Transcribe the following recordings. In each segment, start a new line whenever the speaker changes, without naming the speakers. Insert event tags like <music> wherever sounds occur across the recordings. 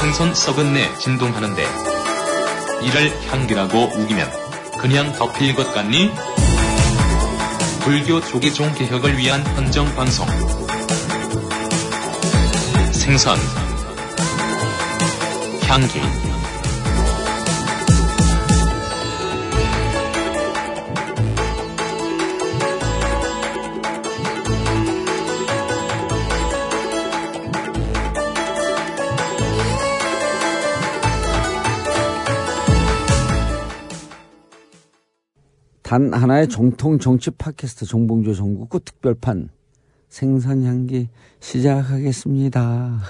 한 손 썩은 내 진동하는데 이를 향기라고 우기면 그냥 덮일 것 같니? 불교 조계종 개혁을 위한 헌정 방송 생선 향기
단 하나의 정통 정치 팟캐스트 정봉조 정국구 특별판 생선향기 시작하겠습니다.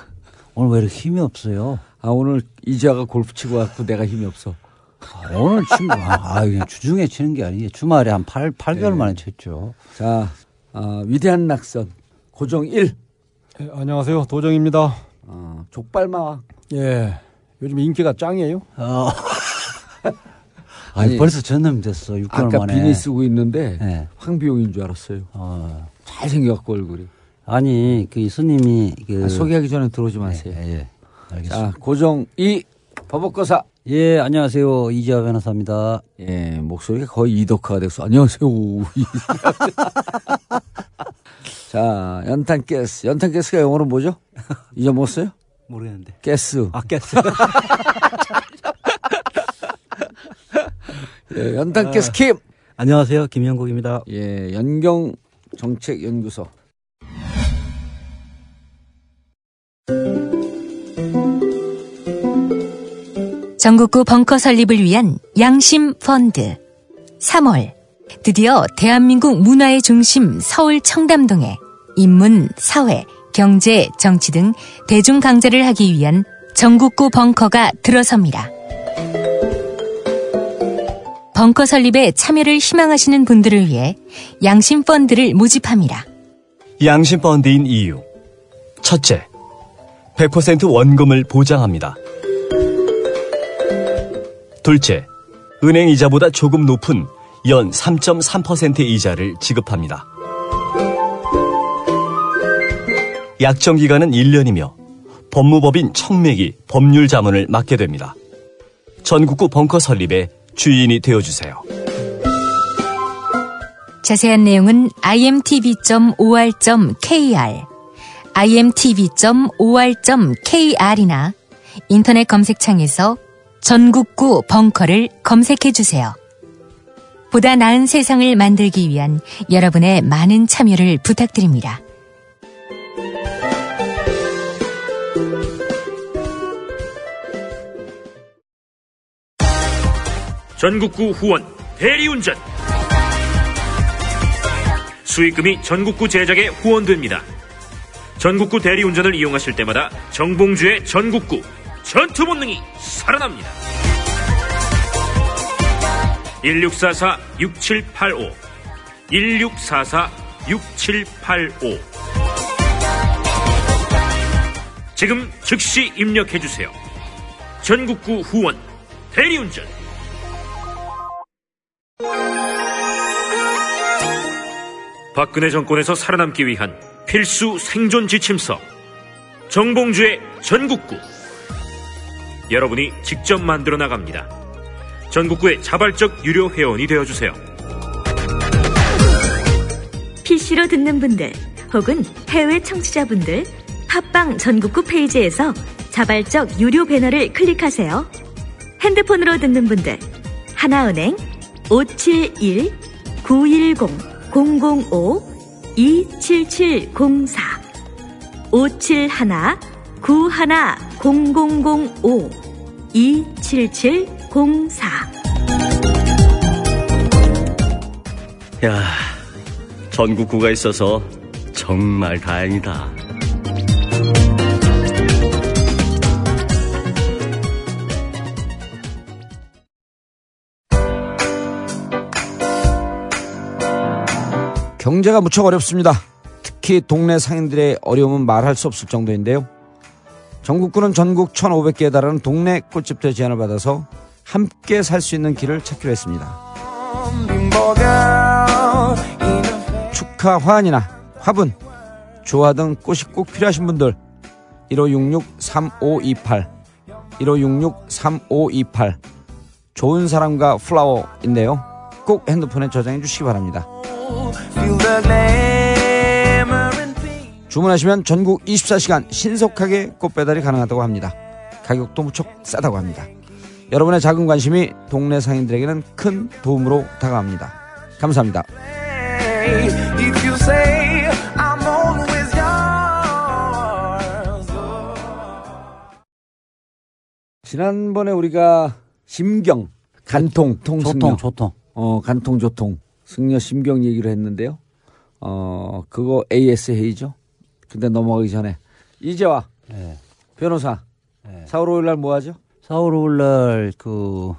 오늘 왜 이렇게 힘이 없어요?
아 오늘 이지아가 골프 치고 왔고 내가 힘이 없어.
아, 오늘 친 거, 아, 아, 그냥 주중에 치는 게 아니에요. 주말에 한 8, 팔개월
네.
만에 쳤죠.
자 아, 위대한 낙선 고정 1
예, 안녕하세요. 도정입니다.
어, 족발마왕
예. 요즘 인기가 짱이에요.
어.
아니,
<laughs> 아니, 벌써 전념 됐어. 6개월
아까
만에.
비니 쓰고 있는데
네.
황비용인 줄 알았어요.
어.
잘생겨갖고 얼굴이
아니, 그 스님이 그.
아, 소개하기 전에 들어오지 마세요.
예, 예. 알겠습니다.
자 고정 2 법업거사
예, 안녕하세요. 이지아 변호사입니다.
예, 목소리가 거의 이덕화가 됐어. 안녕하세요. 자, 연탄 가스. 연탄 가스가 영어로 뭐죠? <laughs> 잊어먹었어요?
모르겠는데.
가스.
아꼈어.
예, 연탄 가스 킴.
<laughs> 안녕하세요. 김영국입니다.
예, 연경 정책 연구소.
전국구 벙커 설립을 위한 양심 펀드. 3월 드디어 대한민국 문화의 중심 서울 청담동에 인문, 사회, 경제, 정치 등 대중 강좌를 하기 위한 전국구 벙커가 들어섭니다. 벙커 설립에 참여를 희망하시는 분들을 위해 양심 펀드를 모집합니다.
양심 펀드인 이유. 첫째, 100% 원금을 보장합니다. 둘째, 은행 이자보다 조금 높은 연 3.3%의 이자를 지급합니다. 약정 기간은 1년이며 법무법인 청맥이 법률 자문을 맡게 됩니다. 전국구 벙커 설립의 주인이 되어주세요.
자세한 내용은 imtv.or.kr, imtv.or.kr이나 인터넷 검색창에서 전국구 벙커를 검색해 주세요. 보다 나은 세상을 만들기 위한 여러분의 많은 참여를 부탁드립니다.
전국구 후원 대리운전 수익금이 전국구 제작에 후원됩니다. 전국구 대리운전을 이용하실 때마다 정봉주의 전국구 전투 본능이 살아납니다. 1644-6785 1644-6785 지금 즉시 입력해주세요. 전국구 후원 대리운전 박근혜 정권에서 살아남기 위한 필수 생존 지침서 정봉주의 전국구 여러분이 직접 만들어 나갑니다. 전국구의 자발적 유료 회원이 되어 주세요.
PC로 듣는 분들 혹은 해외 청취자분들 팟빵 전국구 페이지에서 자발적 유료 배너를 클릭하세요. 핸드폰으로 듣는 분들 하나은행 571 910 005 27704 571 91 0005 27704
야, 전국구가 있어서 정말 다행이다.
경제가 무척 어렵습니다. 특히 동네 상인들의 어려움은 말할 수 없을 정도인데요. 전국구는 전국 1,500개에 달하는 동네 꿀집들 제안을 받아서 함께 살 수 있는 길을 찾기로 했습니다. 축하 화환이나 화분, 조화 등 꽃이 꼭 필요하신 분들 1566-3528 1566-3528 좋은 사람과 플라워인데요. 꼭 핸드폰에 저장해 주시기 바랍니다. 주문하시면 전국 24시간 신속하게 꽃 배달이 가능하다고 합니다. 가격도 무척 싸다고 합니다. 여러분의 작은 관심이 동네 상인들에게는 큰 도움으로 다가갑니다. 감사합니다.
If you say I'm always yours.
지난번에 우리가 심경, 간통,
조통
통승려,
조통.
어, 간통, 조통, 승려, 심경 얘기를 했는데요. 어, 그거 AS 회의죠. 근데 넘어가기 전에 이제와
네.
변호사 4월 5일 날 뭐 하죠?
4월 5일날 그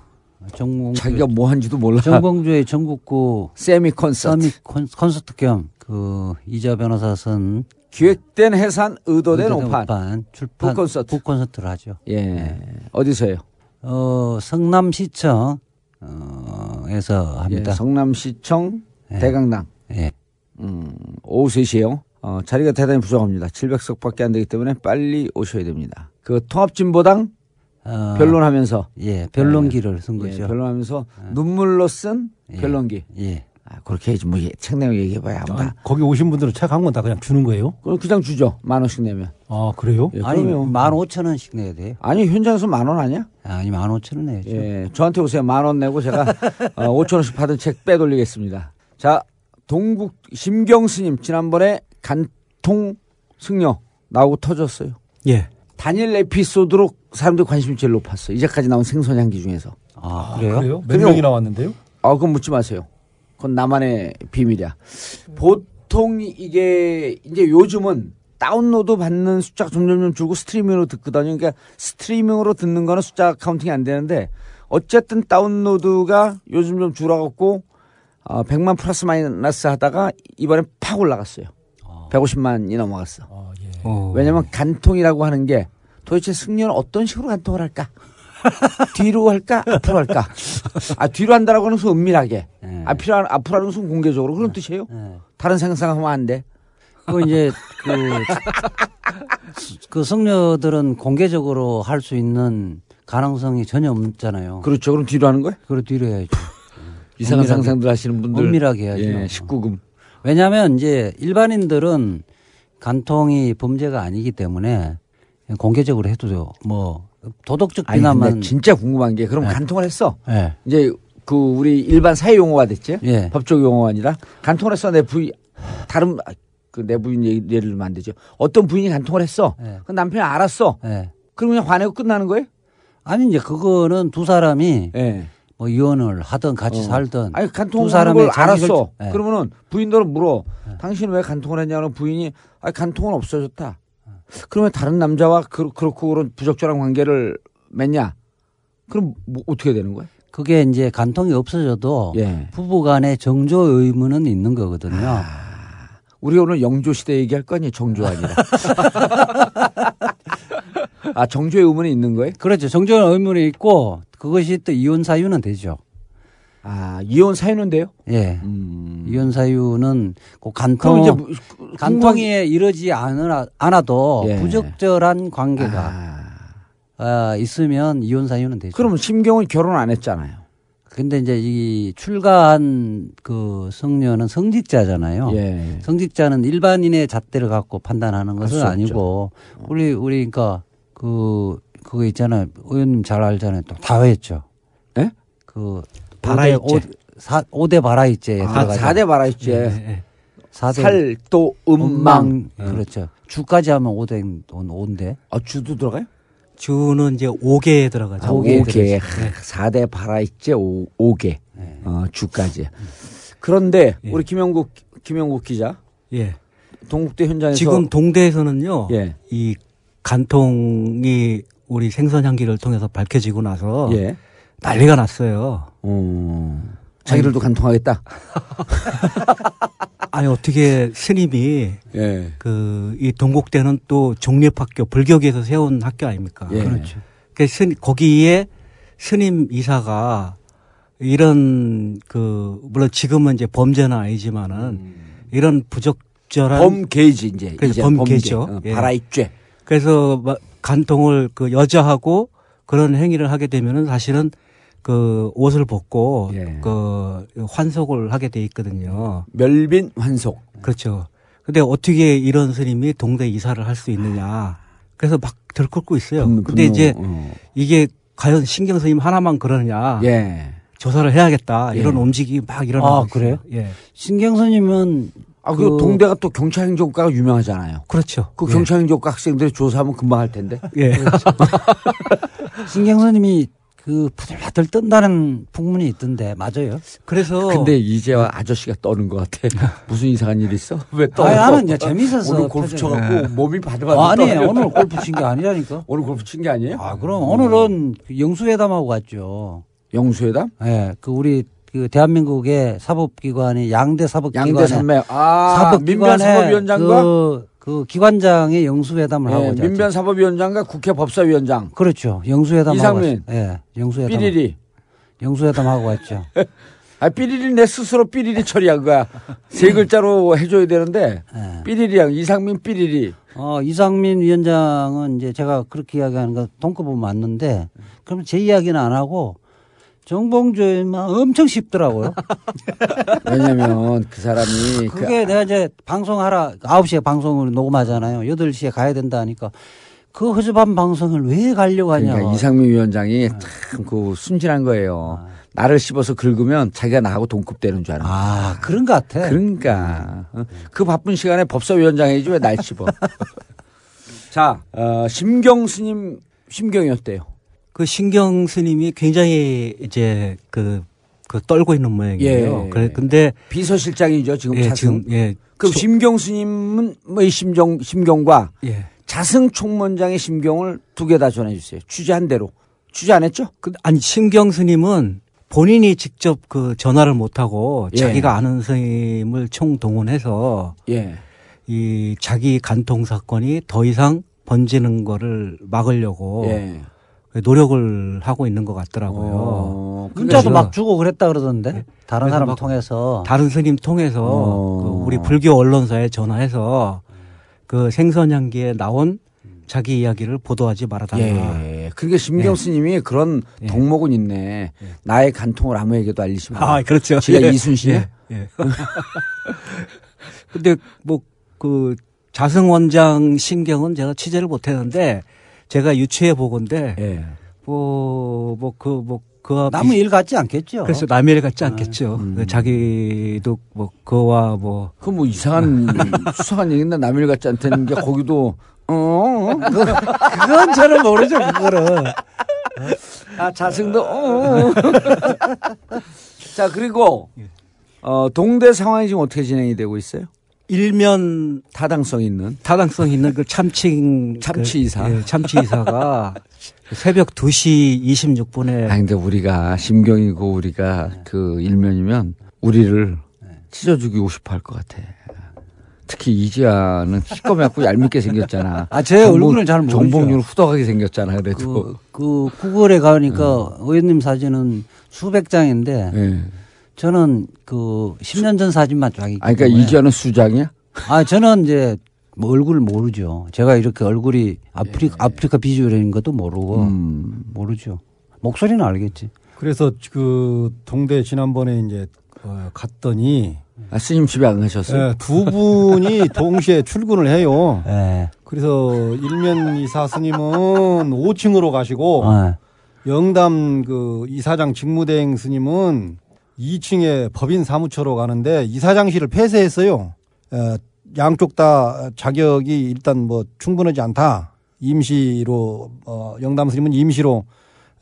정봉주
자기가 뭐 한지도 몰라.
정봉주의 전국구
<laughs> 세미 콘서트.
서밋 콘- 콘서트 겸 그 이자 변호사 선
기획된 해산, 의도된
의도된
오판.
오판 출판
북콘서트.
북콘서트를 하죠.
예. 어디서요?
어 성남시청 어에서
예,
합니다.
성남시청 대강당.
예.
음, 오후 3시에요. 어, 자리가 대단히 부족합니다. 700석밖에 안 되기 때문에 빨리 오셔야 됩니다. 그 통합진보당 아.
어,
변론하면서
예 변론기를 쓴
예,
거죠.
변론하면서 눈물로 쓴
예.
변론기.
예.
아, 그렇게 해야지 뭐책 내용 얘기해봐야 아무나.
거기 오신 분들은 책 한 권 다 그냥 주는 거예요?
그럼 그냥 주죠. 만 원씩 내면.
아 그래요?
예,
아니
그럼요.
만 오천 원씩 내야 돼요.
아니 현장에서 만 원 아니야?
아니 만 오천 원 내야죠.
예, 저한테 오세요. 만 원 내고 제가 어, 5천 원씩 받은 책 빼돌리겠습니다. 자, 동국 심경 스님 지난번에 간통 승려 나오고 터졌어요.
예.
단일 에피소드로 사람들 관심이 제일 높았어. 요 이제까지 나온 생선 향기 중에서.
아
그래요?
그래요?
몇
그래요.
명이 나왔는데요?
아, 그건 묻지 마세요. 그건 나만의 비밀이야. 보통 이게 이제 요즘은 다운로드 받는 숫자가 점점점 줄고 스트리밍으로 듣거든요. 그러니까 스트리밍으로 듣는 거는 숫자 카운팅이 안 되는데 어쨌든 다운로드가 요즘 좀 줄어갖고 어, 100만 플러스 마이너스 하다가 이번엔 팍 올라갔어요. 150만이 넘어갔어.
아 예.
왜냐면 간통이라고 하는 게 도대체 승려는 어떤 식으로 간통을 할까? 뒤로 할까? 앞으로 할까? 아, 뒤로 한다라고 하는 것은 은밀하게. 아, 앞으로, 하는- 앞으로 하는 것은 공개적으로. 그런 뜻이에요.
예.
다른 생각하면 안 돼.
그 <laughs> 이제 그, 그 성녀들은 공개적으로 할 수 있는 가능성이 전혀 없잖아요. 그,
그렇죠. 그럼 뒤로 하는 거야?
걸 뒤로 해야죠.
이상한
은밀하게.
상상들 하시는 분들.
은밀하게 해야죠.
예, 19금.
왜냐하면 이제 일반인들은 간통이 범죄가 아니기 때문에 공개적으로 해도 뭐 도덕적
아니, 근데
비난만
진짜 궁금한 게 그럼 간통을 했어.
예.
네. 이제 그 우리 일반 사회 용어가 됐지?
예.
법적 용어가 아니라 간통을 했어. 내 부인, 다른, 아, 그내 부인 얘기- 예를 들면 안 되죠. 어떤 부인이 간통을 했어.
예.
그 남편이 알았어.
예.
그럼 그냥 화내고 끝나는 거예요?
아니 이제 그거는 두 사람이
예.
뭐 이혼을 하든 같이 살든
어. 아니
두
간통을 하는
사람의
걸
자기
알았어.
결- 예.
그러면은 부인들은 물어. 당신 왜 간통을 했냐는 부인이 아 간통은 없어졌다. 그러면 다른 남자와 그, 그렇고 그런 부적절한 관계를 맺냐? 그럼 뭐 어떻게 되는 거야?
그게 이제 간통이 없어져도
예.
부부간의 정조 의무는 있는 거거든요.
아. 우리 오늘 영조 시대 얘기할 거 아니에요? 정조
<laughs>
아니라. 아 정조의 의문이 있는 거예요?
그렇죠. 정조는 의문이 있고 그것이 또 이혼 사유는 되죠.
아 이혼 사유는데요?
예.
음.
이혼 사유는 그
그럼
간통
이제 뭐- 그-
간통에 이르지 않으라, 않아도
예.
부적절한 관계가
아,
아, 있으면 이혼 사유는 되죠.
그럼 심경은 결혼 안 했잖아요.
근데 이제 이 출가한 그 성녀는 성직자잖아요.
예.
성직자는 일반인의 잣대를 갖고 판단하는
수
것은
없죠.
아니고 우리 우리 그러니까 그 그거 있잖아요. 의원님 잘 알잖아요. 또 다회죠.
예?
그
바라이제.
5대 바라이제에
아,
예, 들어가죠.
4대 말아있지.
사대
살도 음망.
그렇죠. 주까지 하면 5대 온대
아, 주도 들어가요?
주는 이제 5개에 들어가죠.
아, 5개. 4대 바라있지, 5개. 어, 주까지. 그런데 우리 김영국, 김영국 기자,
예.
동국대 현장에서
지금 동대에서는요.
예.
이 간통이 우리 생선 향기를 통해서 밝혀지고 나서
예.
난리가 났어요.
음, 자기들도 간통하겠다.
아니 어떻게 스님이
예.
그 이 동국대는 또 종립학교 불교계에서 세운 학교 아닙니까?
예.
그렇죠. 그 스님 거기에 스님 이사가 이런 그 물론 지금은 이제 범죄는 아니지만은 이런 부적절한
음. 범계지 이제.
그래서
이제
범계죠.
범계. 어,
예.
바라있죄.
그래서 마- 간통을 그 여자하고 그런 행위를 하게 되면은 사실은 그 옷을 벗고
예.
그 환속을 하게 돼 있거든요.
멸빈 환속.
그렇죠. 근데 어떻게 이런 스님이 동대 이사를 할 수 있느냐. 그래서 막 들끓고 있어요.
분노,
근데 이제
분노, 어.
이게 과연 신경 스님 하나만 그러느냐.
예.
조사를 해야겠다. 이런
예.
움직임이 막 일어나고
아
있어요.
그래요?
예.
신경선이면
아, 그 동대가 또 경찰 행정과가 유명하잖아요.
그렇죠.
그 경찰 행정과 학생들이 조사하면 금방 할 텐데.
예.
신경선님이 그 바들바들 뜬다는 풍문이 있던데 맞아요?
그래서
근데 이제와 아저씨가 떠는 것 <laughs> 같아. 무슨 이상한 일 있어? 네. 왜 떠?
아니, 나는 이제 재밌어서
오늘 골프
표정이.
쳐갖고 몸이 바들바들
아, 아니
떠요.
오늘 골프 친 게 아니라니까.
오늘 골프 친 게 아니에요?
아 그럼 오늘은 그 영수회담하고 왔죠.
영수회담?
예, 그 우리 그 대한민국의 사법기관이 양대 사법기관에
양대 산맥. 아,
사법기관의
민변 사법위원장과
그, 그 기관장의 영수회담을 그 하고
예,
왔죠.
민변 사법위원장과 국회 법사위원장
그렇죠. 영수회담
이상민.
하고 왔죠. 예, 영수회담.
삐리리.
영수회담 하고 왔죠.
아, 삐리리 내 스스로 삐리리 처리한 거야. 세
음.
글자로 해줘야 되는데
예.
삐리리랑 이상민 삐리리.
어, 이상민 위원장은 이제 제가 그렇게 이야기하는 건 동급은 맞는데 그럼 제 이야기는 안 하고 정봉주만 엄청 씹더라고요.
왜냐면 그 사람이 그
아, 그게 내가 이제 방송하라 9시에 방송을 녹음하잖아요. 8시에 가야 된다 하니까 그 허접한 방송을 왜 가려고 하냐.
그러니까 이상민 위원장이 참 그 순진한 거예요. 나를 씹어서 긁으면 자기가 나하고 동급되는 줄 아. 아는 네. 거야.
아, 그런 것 같아.
그러니까 어? 그 바쁜 시간에 법사위원장이지 왜 날 씹어? <laughs> 자, 어, 심경 스님 심경이 어때요?
그 신경 스님이 굉장히 이제 그, 그 떨고 있는 모양이에요.
예.
그래, 근데
비서실장이죠 지금
예,
차승.
지금 예.
그럼
소-
심경 스님은 뭐이 심정 심경과
예.
자승 총무원장의 심경을 두 개 다 전해주세요. 취재한 대로 취재 안 했죠?
그- 아니 신경 스님은 본인이 직접 그 전화를 못 하고
예.
자기가 아는 스님을 총 동원해서
예.
이 자기 간통 사건이 더 이상 번지는 거를 막으려고
예.
노력을 하고 있는 것 같더라고요.
어, 그러니까
문자도
그래서-
막 주고 그랬다 그러던데. 다른
그래서
사람
막
통해서.
다른 스님 통해서
어.
그 우리 불교 언론사에 전화해서 그 생선향기에 나온 자기 이야기를 보도하지 말아달라.
예. 그러니까 심경
예.
스님이 그런 덕목은 있네.
예.
나의 간통을 아무에게도 알리시면.
아, 그렇죠.
제가
예.
이순신이야?
예. 예. <laughs> 근데 뭐 그 자승 원장 신경은 제가 취재를 못 했는데 제가 유추해 보건데
예.
뭐 뭐 그 뭐 그와
남의 일 같지 않겠죠.
그래서 남의 일 같지 않겠죠. 그 자기도 뭐 그와 뭐
그 뭐 이상한
아.
<laughs> 수상한 얘기인데 남일 같지 않다는 게 거기도 어, 어. 어.
그건 저는 모르죠, 그거는.
아 자승도 어. <laughs> 어. 자 그리고
예.
어, 동대 상황이 지금 어떻게 진행이 되고 있어요?
일면
타당성 있는
타당성 있는 그 참칭
참치
그-
이사.
예,
<laughs>
참치 이사가 새벽 2시 26분에
아니, 근데 우리가 심경이고 우리가 그 일면이면 우리를 찢어 죽이고 싶어 할 것 같아. 특히 이지아는 시꺼멓고 얄밉게 생겼잖아.
<laughs> 아, 제 얼굴은 잘 모르죠.
정봉률 후덕하게 생겼잖아.
그,
그래도.
그 구글에
음.
가니까 의원님 사진은 수백 장인데
예.
저는 그 10년 전 사진만 쫙 있기
아, 그러니까
때문에.
이지아는 수장이야?
아, 저는 이제 뭐 얼굴을 모르죠. 제가 이렇게 얼굴이 아프리, 아프리카 비주얼인 것도 모르고
예. 음.
모르죠. 목소리는 알겠지.
그래서 그 동대 지난번에 이제 어, 갔더니
아, 스님 집에 안
네.
가셨어요?
예, 두 분이 동시에 출근을 해요.
예.
그래서 일면 이사 스님은 <laughs> 5층으로
어.
가시고
예.
영담 그 이사장 직무대행 스님은 2층에 법인 사무처로 가는데 이사장실을 폐쇄했어요. 어, 양쪽 다 자격이 일단 뭐 충분하지 않다. 임시로 어, 영담 스님은 임시로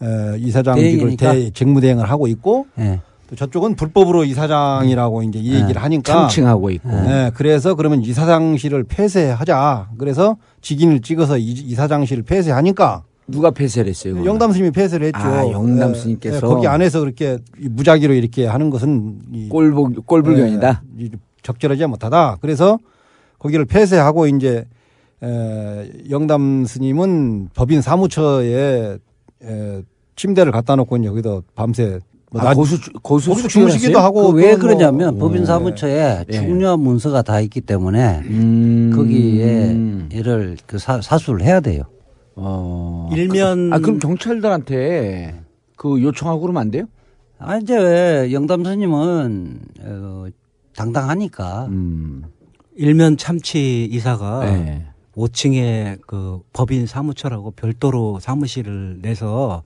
에, 이사장직을
대행이니까.
대 직무대행을 하고 있고
예.
또 저쪽은 불법으로 이사장이라고 이제 이
네.
얘기를 하니까
참칭하고 있고.
네, 그래서 그러면 이사장실을 폐쇄하자. 그래서 직인을 찍어서 이- 이사장실을 폐쇄하니까
누가 폐쇄를 했어요? 그거는?
영담 스님이 폐쇄를 했죠.
음. 아, 영담
예,
스님께서.
예, 거기 안에서 그렇게 이 무작위로 이렇게 하는 것은 이-
꼴불, 꼴불견이다.
예, 이 적절하지 못하다. 그래서 거기를 폐쇄하고 이제 에, 영담 스님은 법인 사무처에 에, 침대를 갖다 놓고 이제 여기서 밤새 뭐
아,
낮-
고수, 고수
거기서 주무시기도
수출했어요?
하고
그 왜
또는 뭐-
그러냐면
예.
법인 사무처에
예.
중요한 문서가 다 있기 때문에
음.
거기에 이를 그 사, 사수를 그 해야 돼요.
어.
일면
아, 그럼 경찰들한테 그 요청하고 그러면 안 돼요?
아 이제 왜 영담 스님은 어, 당당하니까
음.
일면 참치 이사가
네.
5층에 그 법인 사무처라고 별도로 사무실을 내서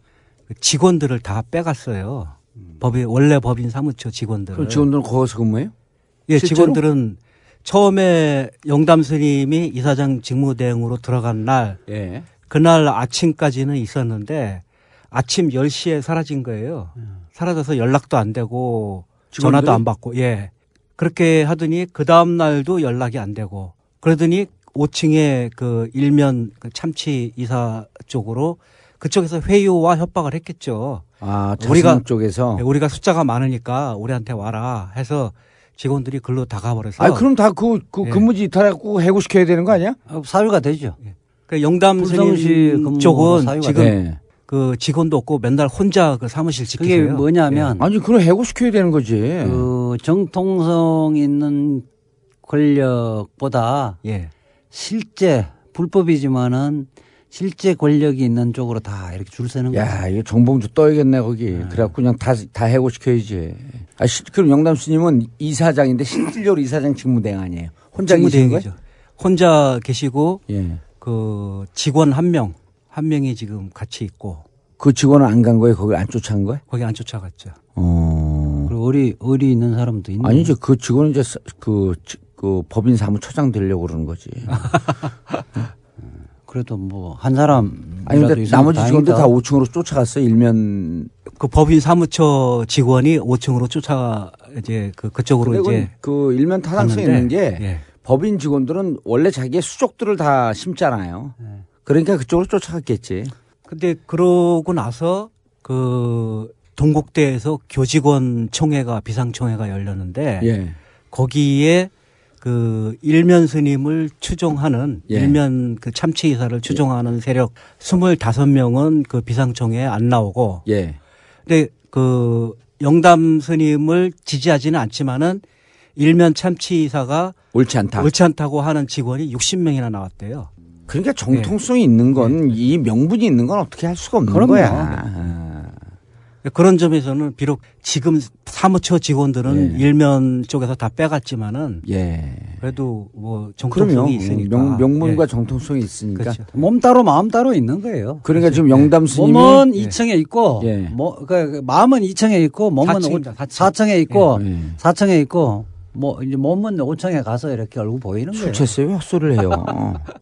그 직원들을 다 빼갔어요.
음.
법인 원래 법인 사무처 직원들을.
그럼 직원들은 거기서 근무해요?
예,
실제로?
직원들은 처음에 영담 스님이 이사장 직무대행으로 들어간 날
예.
그날 아침까지는 있었는데 아침 10시에 사라진 거예요. 사라져서 연락도 안 되고 전화도
직원들이?
안 받고 예. 그렇게 하더니 그 다음 날도 연락이 안 되고 그러더니 5층에 그 일면 그 참치 이사 쪽으로 그쪽에서 회유와 협박을 했겠죠.
아,
우리가-
우리가 쪽에서.
예, 우리가 숫자가 많으니까 우리한테 와라 해서 직원들이 글로 다가버려서
아, 그럼 다 그
예.
근무지 이탈하고 해고시켜야 되는 거 아니야?
어, 사유가 되죠.
그 영담
불성실
선임
근무
쪽은
사유가
지금
네.
그 직원도 없고 맨날 혼자 그 사무실
그게
지키세요. 예.
뭐냐면
아니, 그럼 해고시켜야 되는 거지.
그 정통성 있는 권력보다
예. 예.
실제 불법이지만은 실제 권력이 있는 쪽으로 다 이렇게 줄 서는 거죠.
야, 이거 정봉주 떠야겠네, 거기. 그래갖고 그냥 다, 다 해고시켜야지. 아, 시- 그럼 영남 스님은 이사장인데 실질적으로 이사장 직무대행 아니에요? 혼자 계신 거예요?
직무대행이죠. 혼자 계시고
예.
그 직원 한 명, 한 명이 지금 같이 있고
그 직원은 안 간 거예요? 거기 안 쫓아간 거예요?
거기 안 쫓아갔죠.
어.
그리고 의리 의리 있는 사람도
음.
있는
아니죠. 그 직원은 이제 사- 그, 지- 그 법인 사무처장 되려고 그러는 거지.
아,
그래도 뭐 한 사람
아니, 근데 나머지 직원들 다 5층으로 쫓아갔어요. 일면.
그 법인 사무처 직원이 5층으로 쫓아 이제 그 그쪽으로
근데
이제
그 일면 타당성이 있는
갔는데,
게
예.
법인 직원들은 원래 자기의 수족들을 다 심잖아요.
예.
그러니까 그쪽으로 쫓아갔겠지.
근데 그러고 나서 그 동국대에서 교직원 총회가 비상총회가 열렸는데
예.
거기에 그 일면 스님을 추종하는
예.
일면 그 참치 이사를 추종하는 세력 25명은 그 비상총회에 안 나오고
예.
근데 그 영담 스님을 지지하지는 않지만은 일면 참치 이사가
옳지 않다.
옳지 않다고 하는 직원이 60명이나 나왔대요. 예.
그러니까 정통성이 있는 건 이 명분이 있는 건 어떻게 할 수가 없는
그럼요.
거야. 아.
그런 점에서는 비록 지금 사무처
예.
직원들은 일면 쪽에서 다 빼갔지만은
예.
그래도 뭐
그럼요.
정통성이 있으니까
명, 명분과
예.
정통성이 있으니까.
그렇죠.
몸 따로 마음 따로 있는 거예요.
그러니까 지금 영담 스님이
몸은 2층에 있고
예.
뭐, 그러니까 마음은 2층에 있고 몸은
4층입니다.
4층. 4층에 있고
예.
4층에 있고 뭐 이제 몸은 5층에 가서 이렇게 얼굴 보이는 거예요.
술 취했어요. 왜 헛소리를
<laughs>
해요.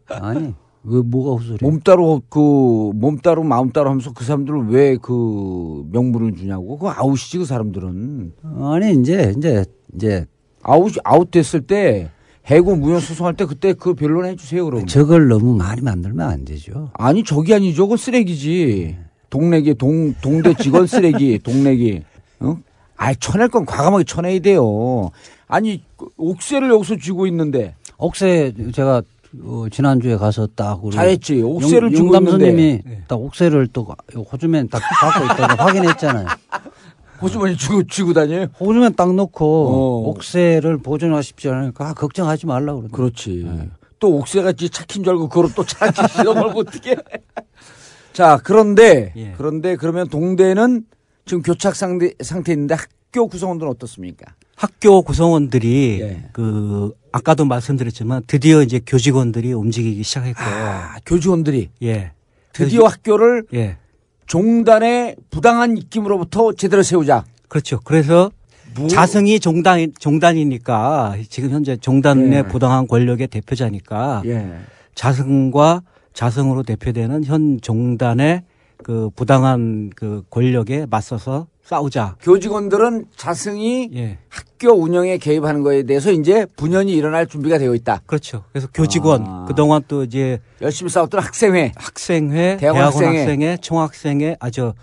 아니 왜 뭐가 헛소리?
몸 따로 그 몸 따로 마음 따로 하면서 그 사람들을 왜 그 명분을 주냐고. 그 아웃이지 그 사람들은.
아니 이제 이제 이제
아웃 아웃 됐을 때 해고 무효 소송할 때 그때 그 변론 해 주세요 그러면.
저걸 너무 많이 만들면 안 되죠.
아니 저기 아니죠. 그건 쓰레기지. 동네기 동 동대 직원
<laughs>
쓰레기 동네기. 어? 아이 쳐낼 건 과감하게 쳐내야 돼요. 아니 그 옥새를 여기서 쥐고 있는데
옥새 제가 어, 지난주에 가서 딱 우리
잘했지. 옥새를
용-
쥐고
용담
있는데 예.
스님이 딱 옥새를 또 호주면 딱 갖고
<laughs>
있다고 확인했잖아요.
호주머니 쥐고 쥐고 다녀요.
호주면 딱 놓고
어.
옥새를 보존하십시오. 그러니까 아, 걱정하지 말라 그러더라고요.
그렇지.
네.
또 옥새가 지 착한 줄 알고 그걸 또 착히 <laughs> 실험을 못해. 자 그런데
예.
그런데 그러면 동대는 지금 교착 상태 상태 있는데 학교 구성원들은 어떻습니까?
학교 구성원들이
예.
그 아까도 말씀드렸지만 드디어 이제 교직원들이 움직이기 시작했고
아 교직원들이
예
드디어 학교를
예
종단의 부당한 입김으로부터 제대로 세우자.
그렇죠 그래서
뭐-
자승이 종단 종단이니까 지금 현재 종단의
예.
부당한 권력의 대표자니까
예.
자승과 자승으로 대표되는 현 종단의 그 부당한 그 권력에 맞서서 싸우자
교직원들은 자승이
예
학교 운영에 개입하는 거에 대해서 이제 분연이 일어날 준비가 되어 있다.
그렇죠 그래서 교직원
아.
그동안 또 이제
열심히 싸웠던 학생회.
학생회,
대학원
대학원,
학생회.
학생회, 총학생회, 아저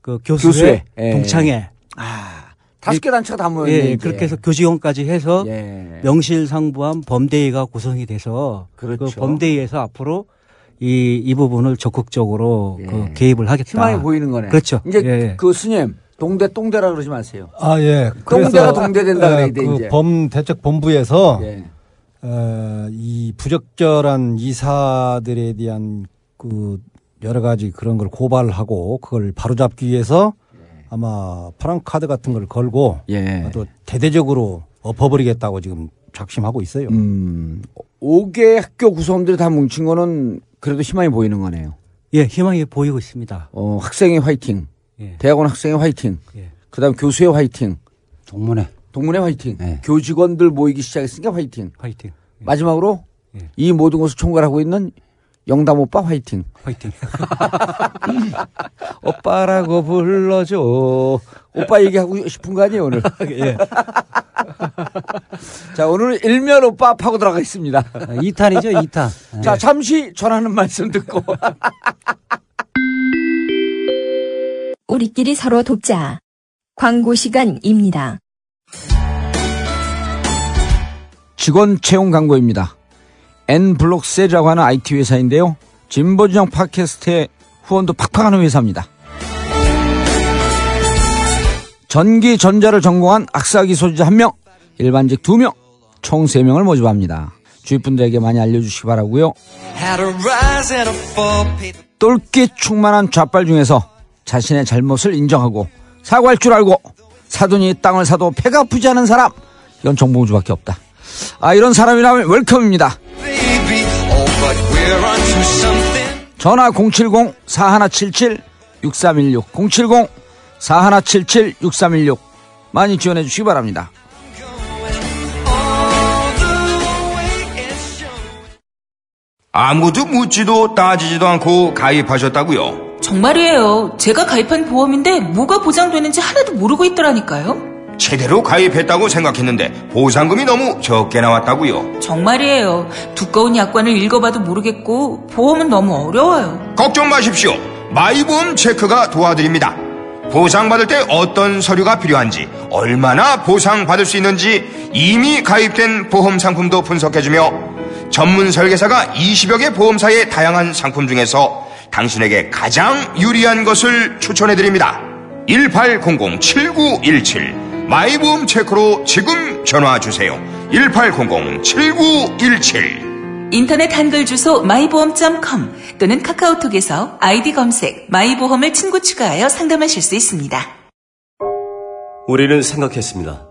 그 교수회,
교수회. 예.
동창회,
아, 다섯 개 단체가 다 모였네.
예,
이제.
그렇게 해서 교직원까지 해서
예.
명실상부한 범대위가 구성이 돼서
그렇죠.
그 범대위에서 앞으로 이, 이 부분을 적극적으로 그 개입을 하겠다.
예. 희망이 보이는 거네.
그렇죠.
이제
예.
그 스님 동대 똥대라 그러지 마세요.
아, 예.
동대가
어,
동대된다 그래야 돼, 이제.
어, 범대책본부에서
예.
어, 이 부적절한 이사들에 대한 그 여러 가지 그런 걸 고발하고 그걸 바로잡기 위해서 아마 파랑 카드 같은 걸 걸고
예.
또 대대적으로 엎어버리겠다고 지금 작심하고 있어요.
음, 5개 학교 구성원들이 다 뭉친 거는 그래도 희망이 보이는 거네요.
예, 희망이 보이고 있습니다.
어, 학생의 화이팅,
예.
대학원 학생의 화이팅,
예.
그다음 교수의 화이팅,
동문회.
동문회 화이팅,
예.
네.
교직원들 모이기 시작했으니까 화이팅.
화이팅.
마지막으로
예.
이 모든 것을 총괄하고 있는 영담 오빠 화이팅.
화이팅.
<laughs> 오빠라고 불러줘.
<laughs>
오빠 얘기하고 싶은 거 아니에요 오늘?
예.
자 오늘은 일면 오빠 파고
<laughs>
들어가겠습니다.
2탄이죠, 2탄.
예.
자 잠시 전하는 말씀 듣고
우리끼리 서로 돕자. 광고 시간입니다.
직원 채용 광고입니다. N블록셀이라고 하는 IT 회사인데요. 진보진영 팟캐스트에 후원도 팍팍하는 회사입니다. 전기 전자를 전공한 악사기 소지자 1명, 일반직 2명, 총 3명을 모집합니다. 주위 분들에게 많이 알려주시기 바라고요. 똘끼 충만한 좌빨 중에서 자신의 잘못을 인정하고 사과할 줄 알고 사돈이 땅을 사도 배가 아프지 않은 사람 이런 정봉주밖에 없다. 아 이런 사람이라면 웰컴입니다. 전화 070-4177-6316 070-4177-6316 많이 지원해 주시기 바랍니다.
아무도 묻지도 따지지도 않고 가입하셨다고요.
정말이에요. 제가 가입한 보험인데 뭐가 보장되는지 하나도 모르고 있더라니까요.
제대로 가입했다고 생각했는데 보상금이 너무 적게 나왔다고요.
정말이에요. 두꺼운 약관을 읽어봐도 모르겠고 보험은 너무 어려워요.
걱정 마십시오. 마이보험 체크가 도와드립니다. 보상받을 때 어떤 서류가 필요한지, 얼마나 보상받을 수 있는지 이미 가입된 보험 상품도 분석해주며 전문 설계사가 20여 개 보험사의 다양한 상품 중에서 당신에게 가장 유리한 것을 추천해드립니다. 1800-7917 마이보험 체크로 지금 전화주세요. 1800-7917
인터넷 한글 주소 my보험.com 또는 카카오톡에서 아이디 검색 마이보험을 친구 추가하여 상담하실 수 있습니다.
우리는 생각했습니다.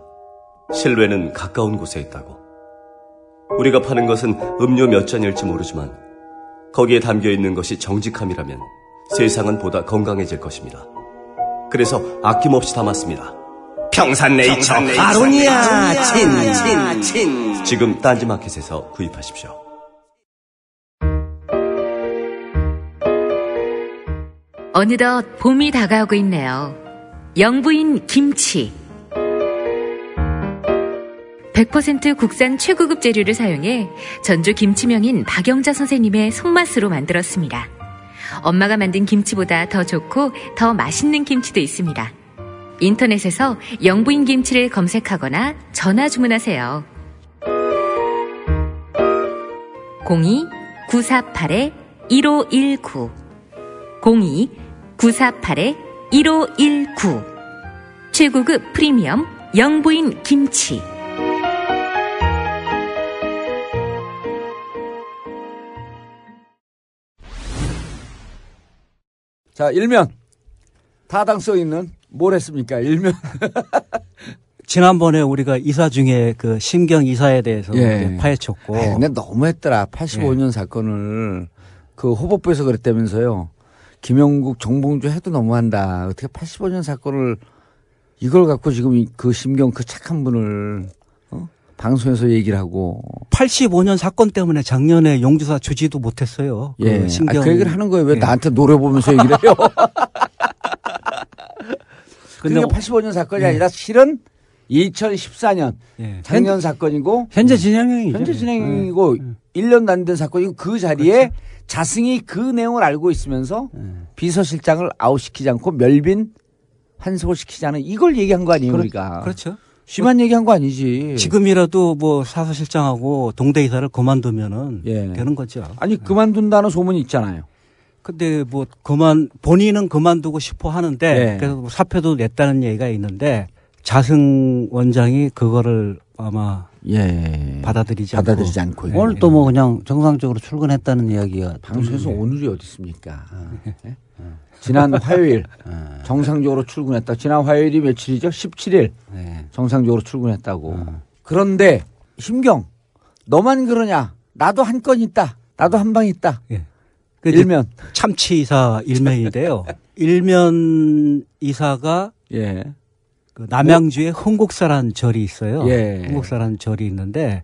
실외는 가까운 곳에 있다고. 우리가 파는 것은 음료 몇 잔일지 모르지만 거기에 담겨 있는 것이 정직함이라면 세상은 보다 건강해질 것입니다. 그래서 아낌없이 담았습니다. 평산네이처
아로니아 친, 친,
친. 지금 딴지마켓에서 구입하십시오.
어느덧 봄이 다가오고 있네요. 영부인 김치. 100% 국산 최고급 재료를 사용해 전주 김치명인 박영자 선생님의 손맛으로 만들었습니다. 엄마가 만든 김치보다 더 좋고 더 맛있는 김치도 있습니다. 인터넷에서 영부인 김치를 검색하거나 전화 주문하세요. 02-948-1519 02-948-1519 최고급 프리미엄 영부인 김치
자 일면 타당성 있는 뭘 했습니까? 일면
지난번에 우리가 이사 중에 그 신경 이사에 대해서
예.
이제 파헤쳤고.
아, 근데 너무했더라. 85년
예.
사건을 그 호법부에서 그랬다면서요. 김영국 정봉주 해도 너무한다. 어떻게 85년 사건을 이걸 갖고 지금 이- 그 심경 그 착한 분을 어? 방송에서 얘기를 하고
85년 사건 때문에 작년에 용주사 주지도 못했어요. 그
예. 아,
신경.
그 얘기를 하는 거예요. 왜
예.
나한테
<laughs>
노려보면서 얘기를 해요?
근데 뭐
그게 85년 사건이 아니라 실은 2014년
예.
작년 사건이고
현재 진행형이죠.
음.
네.
현재 진행이고 1년 안 된 사건이고 그 자리에 자승이 그 내용을 알고 있으면서 비서실장을 아웃시키지 않고 멸빈 환속시키지 않은 이걸 얘기한 거 아니에요
그렇-
우리가
그렇죠.
심한 얘기한 거 아니지
지금이라도 뭐 사서실장하고 동대 이사를 그만두면은
예.
되는 거죠.
아니 그만둔다는 소문이 있잖아요
근데 뭐 그만 본인은 그만두고 싶어 하는데
예.
그래서 뭐 사표도 냈다는 얘기가 있는데 자승 원장이 그거를 아마
예.
받아들이지 않고. 예.
받아들이지 않고.
오늘 또 뭐 그냥 정상적으로 출근했다는 이야기가
방송에서 오늘이 어디 있습니까? 예? 지난 화요일 정상적으로 출근했다. 지난 화요일이 며칠이죠? 17일 정상적으로 출근했다고. 그런데 심경 너만 그러냐? 나도 한 건 있다. 나도 한 방 있다.
그 이제 참치 이사 일면인데요. 일면 이사가
예.
그 남양주에 흥곡사라는 절이 있어요.
예.
흥곡사라는 절이 있는데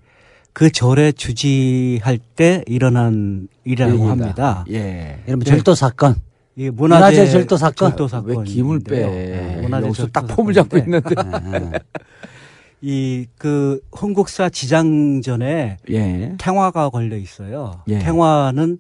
그 절에 주지할 때 일어난 일이라고
일이다.
합니다.
예.
이러면 절도 사건.
예, 문화재,
절도 사건.
절도 사건.
김을 빼. 예,
네, 문화재
여기서
절도
딱 폼을 잡고 있는데.
이그 흥곡사 지장전에
예.
탱화가 걸려 있어요.
예.
탱화는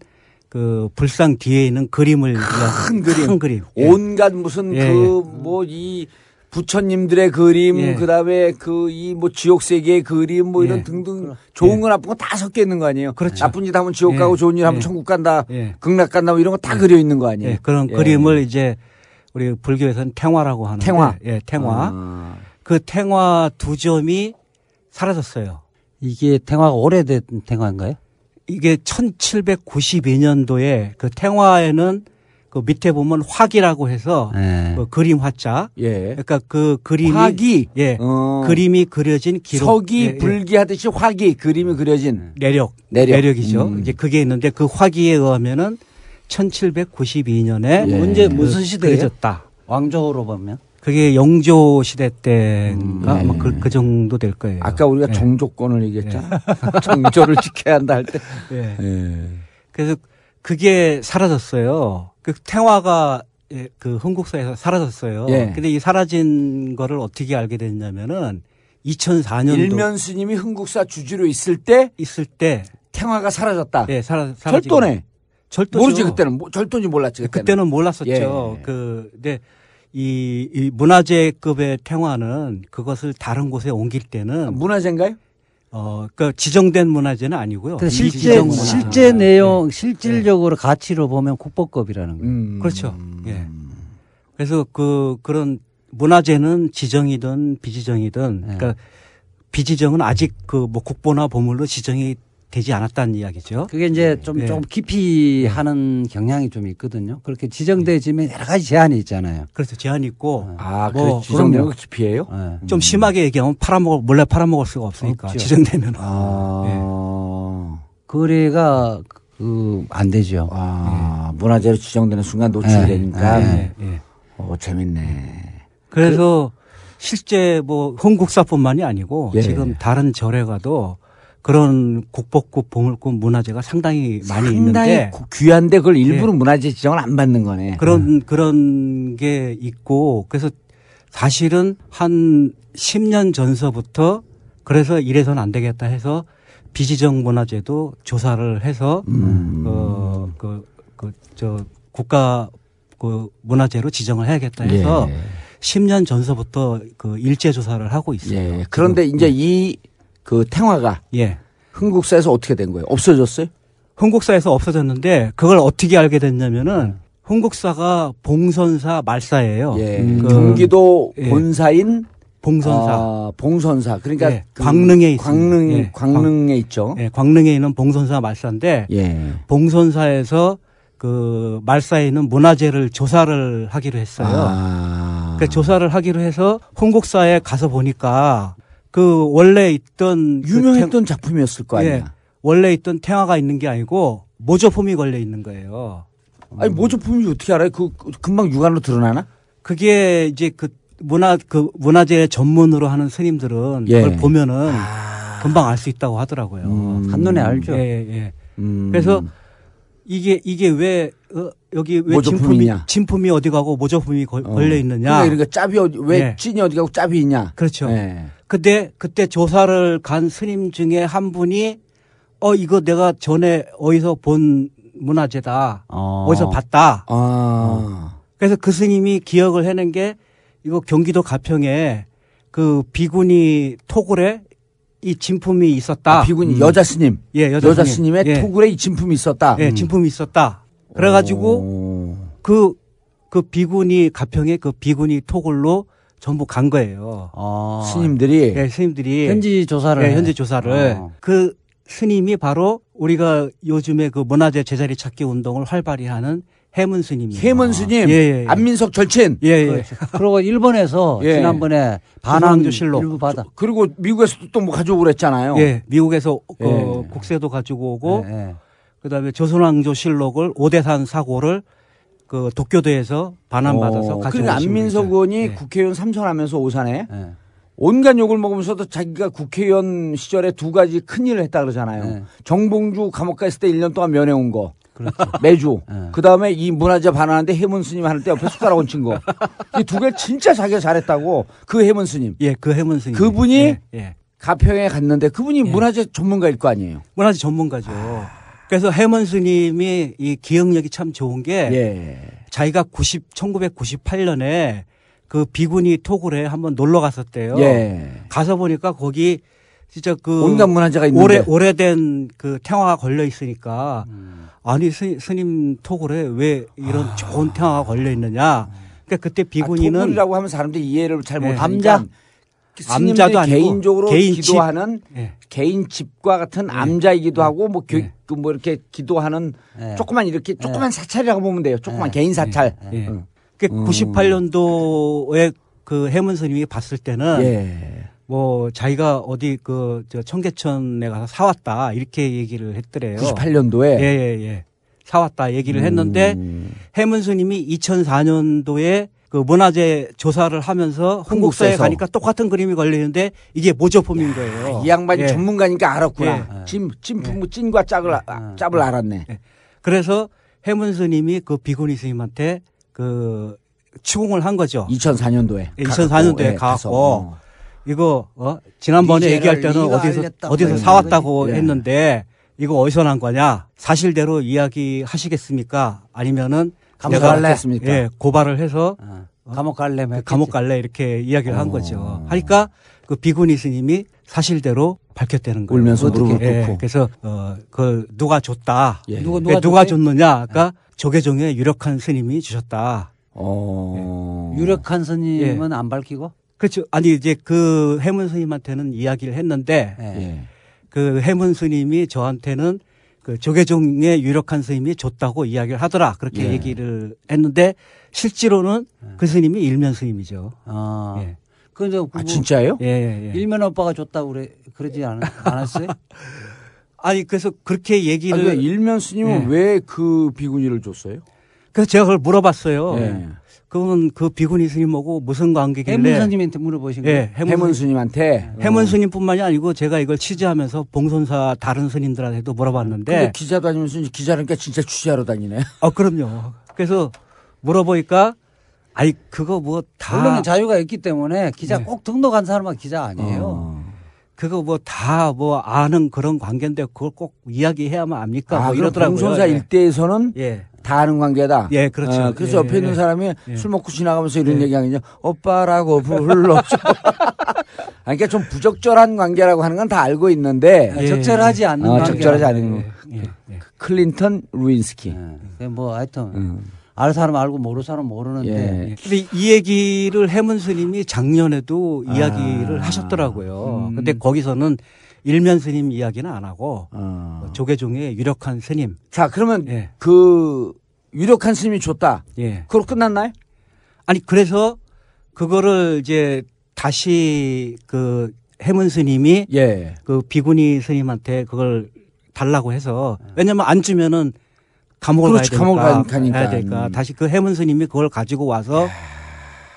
그 불상 뒤에 있는 그림을
큰
이야기하는
그림.
큰 그림. 예.
온갖 무슨
예,
그 뭐 이 부처님들의 그림,
예.
그다음에 그 이 뭐 지옥 세계의 그림 뭐 이런
예.
등등 좋은 거 나쁜 거 다 섞여 있는 거 아니에요? 그렇죠. 나쁜 짓 하면 지옥
예.
가고 좋은 일 하면
예.
천국 간다.
예.
극락 간다 뭐 이런 거 다 그려 있는 거 아니에요?
예, 그런
예.
그림을 이제 우리 불교에서는 탱화라고 하는데
탱화.
예, 탱화.
아.
아.
그 탱화 두 점이 사라졌어요.
이게 탱화가 오래된 탱화인가요?
이게 1792년도에 그 탱화에는 그 밑에 보면 화기라고 해서
예.
그 그림 화자.
예.
그러니까 그 그림이
화기.
예.
어.
그림이 그려진 기록.
서기
예, 예.
불기하듯이 화기 그림이 그려진
내력,
내력.
이죠
음.
이제 그게 있는데 그 화기에 의하면은 1792년에
예.
언제
그
언제 무슨 시대예요?
그려졌다.
왕조로 보면.
그게 영조 시대 때인가 아마 그, 그 정도 될 거예요.
음. 네. 아까 우리가
예.
정조권을 얘기했잖아. <laughs> 정조를 지켜야 한다 할 때.
<laughs> 예.
예.
그래서 그게 사라졌어요. 그 탱화가 예, 그 흥국사에서 사라졌어요.
예.
근데 이 사라진 거를 어떻게 알게 됐냐면은 2004년도
일면 스님이 흥국사 주지로 있을 때
있을 때
탱화가 사라졌다.
예, 사라, 사라진
절도네.
절도죠.
모르지 그때는 뭐, 절도인지 몰랐지 그때는.
그때는 몰랐었죠.
예.
그 근데 이, 이 문화재급의 탱화는 그것을 다른 곳에 옮길 때는
음. 문화재인가요?
어, 그 지정된 문화재는 아니고요.
근데 실제
미지정 문화.
실제 내용 실질적으로 가치로 보면 국보급이라는 거예요.
음.
그렇죠. 예. 그래서 그 그런 문화재는 지정이든 비지정이든 그러니까 비지정은 아직 그 뭐 국보나 보물로 지정이 되지 않았다는 이야기죠.
그게 이제 좀,
예.
좀 깊이 하는 경향이 좀 있거든요. 그렇게 지정되지면 여러 가지 제한이 있잖아요.
그래서 제한이 있고
아,
뭐,
그 지정된 거
그럼요.
깊이에요?
예.
좀 심하게 얘기하면 팔아먹을 몰래 팔아먹을 수가 없으니까
없죠.
지정되면 은 예.
아,
거래가 그 안 되죠.
아 문화재로 지정되는 순간 노출이
예.
되니까.
예.
예.
오, 재밌네.
그래서 실제 뭐 흥국사뿐만이 아니고
예.
지금 다른 절에 가도 그런 국보급 보물급 문화재가 상당히 많이
상당히
있는데 예.
구- 귀한데 그걸 일부러 문화재 지정을 안 받는 거네.
그런 그런 게 있고 그래서 사실은 한 10년 전서부터 그래서 이래선 안 되겠다 해서 비지정 문화재도 조사를 해서
음.
음. 어, 그, 어그그저 국가 그 문화재로 지정을 해야겠다 해서
예.
10년 전서부터 그 일제 조사를 하고 있어요.
예. 그런데
그렇죠.
이제 이 그 탱화가
예.
흥국사에서 어떻게 된 거예요? 없어졌어요?
흥국사에서 없어졌는데 그걸 어떻게 알게 됐냐면은 흥국사가 봉선사 말사예요.
예.
그
경기도
예.
본사인
봉선사.
아, 봉선사. 그러니까
예, 광릉에 있습니다.
광릉
예,
광릉에 있죠.
예, 광릉에 있는 봉선사 말사인데
아. 예.
봉선사에서 그 말사에 있는 문화재를 조사를 하기로 했어요.
아.
그 조사를 하기로 해서 흥국사에 가서 보니까 그 원래 있던 그
유명했던 작품이었을 거
탱-
아니야.
예, 원래 있던 탱화가 있는 게 아니고 모조품이 걸려 있는 거예요.
아니
뭐
모조품이 어떻게 알아요? 그 그- 금방 육안으로 드러나나?
그게 이제 그 문화 그 문화재 전문으로 하는 스님들은
예. 아.
그걸 보면은 금방 알 수 있다고 하더라고요.
한눈에 알죠.
예, 예.
음.
그래서 이게 이게 왜 어, 여기 왜 진품이
모조품이냐.
진품이 어디 가고 모조품이 걸,
어.
걸려 있느냐?
그러니까 이렇게 짭이 어디 왜
예.
찐이 어디 가고 짭이 있냐?
그렇죠.
예.
근데 그때 조사를 간 스님 중에 한 분이 어 이거 내가 전에 어디서 본 문화재다.
어.
어디서 봤다.
아.
그래서 그 스님이 기억을 해낸 게 이거 경기도 가평에 그 비군이 토굴에 이 진품이 있었다.
아, 비군이 여자 스님.
예, 여자,
여자
스님.
스님의
예.
토굴에 이 진품이 있었다.
예, 진품이 있었다. 그래가지고
오.
그, 그 비군이 가평에 그 비군이 토굴로 전부 간 거예요.
아, 스님들이?
네, 스님들이
현지 조사를
네,
해.
현지 조사를
아.
어.
그 스님이 바로 우리가 요즘에 그 문화재 제자리 찾기 운동을 활발히 하는 해문 스님이에요.
해문 스님,
예, 예, 어, 예.
안민석 절친.
예, 예.
그리고 일본에서
예.
지난번에 반항
조선왕조 실록.
일부 받아.
그리고 미국에서도 또 뭐 가져오고 그랬잖아요. 어?
예, 미국에서 그
예.
국세도 가지고 오고 그다음에 조선왕조 실록을 오대산 사고를 그 도쿄도에서 반환받아서
어,
가지고 예.
그러니까
오신
안민석 의원이 국회의원 삼선하면서 오산에
예.
온갖 욕을 먹으면서도 자기가 국회의원 시절에 두 가지 큰 일을 했다 그러잖아요.
예.
정봉주 감옥 갔을 때 1년 동안 면회 온 거.
그렇죠.
<laughs> 매주.
예.
그 다음에 이 문화재 반환하는데 해문 스님 하는 때 옆에 숟가락 얹힌 거. 이 두 개 진짜 자기가 잘했다고 그 해문 스님.
예, 그 해문 스님.
그분이
예.
가평에 갔는데 그분이 문화재 전문가일 거 아니에요.
문화재 전문가죠.
아.
그래서 해먼 스님이 이 기억력이 참 좋은 게
예.
예. 자기가 90, 1998년에 그 비구니 토굴에 한번 놀러 갔었대요.
예.
가서 보니까 거기 진짜 그
온갖 문화재가 있는데.
오래 오래된 그 태화가 걸려 있으니까
음.
아니 스, 스님 토굴에 왜
아.
이런 좋은 태화가 걸려 있느냐. 그러니까 그때 비구니는
토굴이라고 아, 하면 사람들이 이해를 잘
예.
못하니까
암자.
스님들이
암자도 아니고
개인적으로
개인 집.
기도하는
예.
개인 집과 같은 암자이기도 하고 뭐, 교, 그뭐 이렇게 기도하는
예.
조그만 이렇게 조그만 사찰이라고 보면 돼요. 조그만 개인 사찰.
예. 그
음.
98년도에 그 해문 스님이 봤을 때는
예.
뭐 자기가 어디 그 저 청계천에 가서 사왔다 이렇게 얘기를 했더래요.
98년도 에?
예예예 사왔다 얘기를 했는데
음.
해문 스님이 2004년도에 그 문화재 조사를 하면서
한국사에
한국사에 가니까 똑같은 그림이 걸리는데 이게 모조품인 거예요.
이 양반이
예.
전문가니까 알았구나.
예.
찐, 찐풍부 찐과 짝을, 아- 짭을 알았네.
그래서 해문 스님이 그 비구니 스님한테 그 추궁을 한 거죠.
2004년도에.
2004년도에
예, 가서,
가서
어.
이거 어? 지난번에
니제를
얘기할 때는
네가
어디서
알렸다고
어디서
했는데.
사왔다고
예.
했는데 이거 어디서 난 거냐 사실대로 이야기하시겠습니까? 아니면은
감옥
내가-
갈래? 했습니까?
예, 고발을 해서
아,
감옥 갈래?
그 감옥 갈래 이렇게 이야기를
어.
한 거죠. 하니까 그 비구니 스님이 사실대로 밝혔다는 거예요.
울면서 무릎을
예,
꿇고.
그래서 어, 그걸 누가 줬다.
예.
누가,
누가-
누가,
누가
줬느냐? 아까 조계종의 유력한 스님이 주셨다.
어.
예.
예.
유력한
스님은 안 밝히고?
그렇죠. 아니 이제 그 해문 스님한테는 이야기를 했는데
네.
예.
그 해문 스님이 저한테는 그 조계종의 유력한 스님이 줬다고 이야기를 하더라 그렇게
예.
얘기를 했는데 실제로는 그 스님이 일면 스님이죠.
네. 아.
예.
근데
아, 진짜예요? 예, 예, 예.
일면 오빠가 줬다고 그래 그러지 않, 않았어요?
<laughs> 아니 그래서 그렇게 얘기를
아, 그 일면
예.
스님은 왜 그 비구니를 줬어요?
그래서 제가 그걸 물어봤어요.
네.
예.
그건 그 비구니 스님하고 무슨 관계길래?
해문
스님한테 물어보신 예,
해문 스님한테.
해문
어.
스님뿐만이 아니고 제가 이걸 취재하면서 봉선사 다른 스님들한테도
네.
근데
물어봤는데
기자 다니면서 이제 기자라니까 그러니까 진짜 취재하러 다니네.
어 그럼요. 그래서 물어보니까 아니 그거 뭐다
아.
언론은 자유가 있기 때문에
네.
기자 꼭 등록한 사람은 기자 아니에요.
어. 그거 뭐 다 뭐 아는 그런 관계인데 그걸 꼭 이야기해야만 압니까?
아,
뭐
그럼
이러더라고요.
봉선사
예.
일대에서는
예.
다 아는 관계다.
예, 그렇죠.
어, 그래서
예,
옆에 있는
예.
사람이
예.
술 먹고 지나가면서
예.
이런 얘기하겠냐. 오빠라고 불러줘.
<laughs>
아, 그러니까 좀 부적절한 관계라고 하는 건 다 알고 있는데
예. 적절하지 않는 예,
아,
어,
관계라고.
적절하지 않은 거. 그 클린턴 루인스키. 음.
근데 뭐 하여튼
음.
알 사람 알고 모르 사람 모르는데
예. 근데 이 얘기를 해문 스님이 작년에도 이야기를 하셨더라고요. 근데 거기서는 일면 스님 이야기는 안 하고
아. 어.
조계종의 유력한 스님.
자, 그러면 그 유력한 스님이 줬다.
예.
그로 끝났나요?
아니 그래서 그거를 이제 다시 그 해문 스님이 그 비구니 스님한테 그걸 달라고 해서 왜냐면 안 주면은 감옥을
네. 그렇지,
가야
감옥을
되니까,
가- 가니까. 음.
가야 되니까 다시 그 해문 스님이 그걸 가지고 와서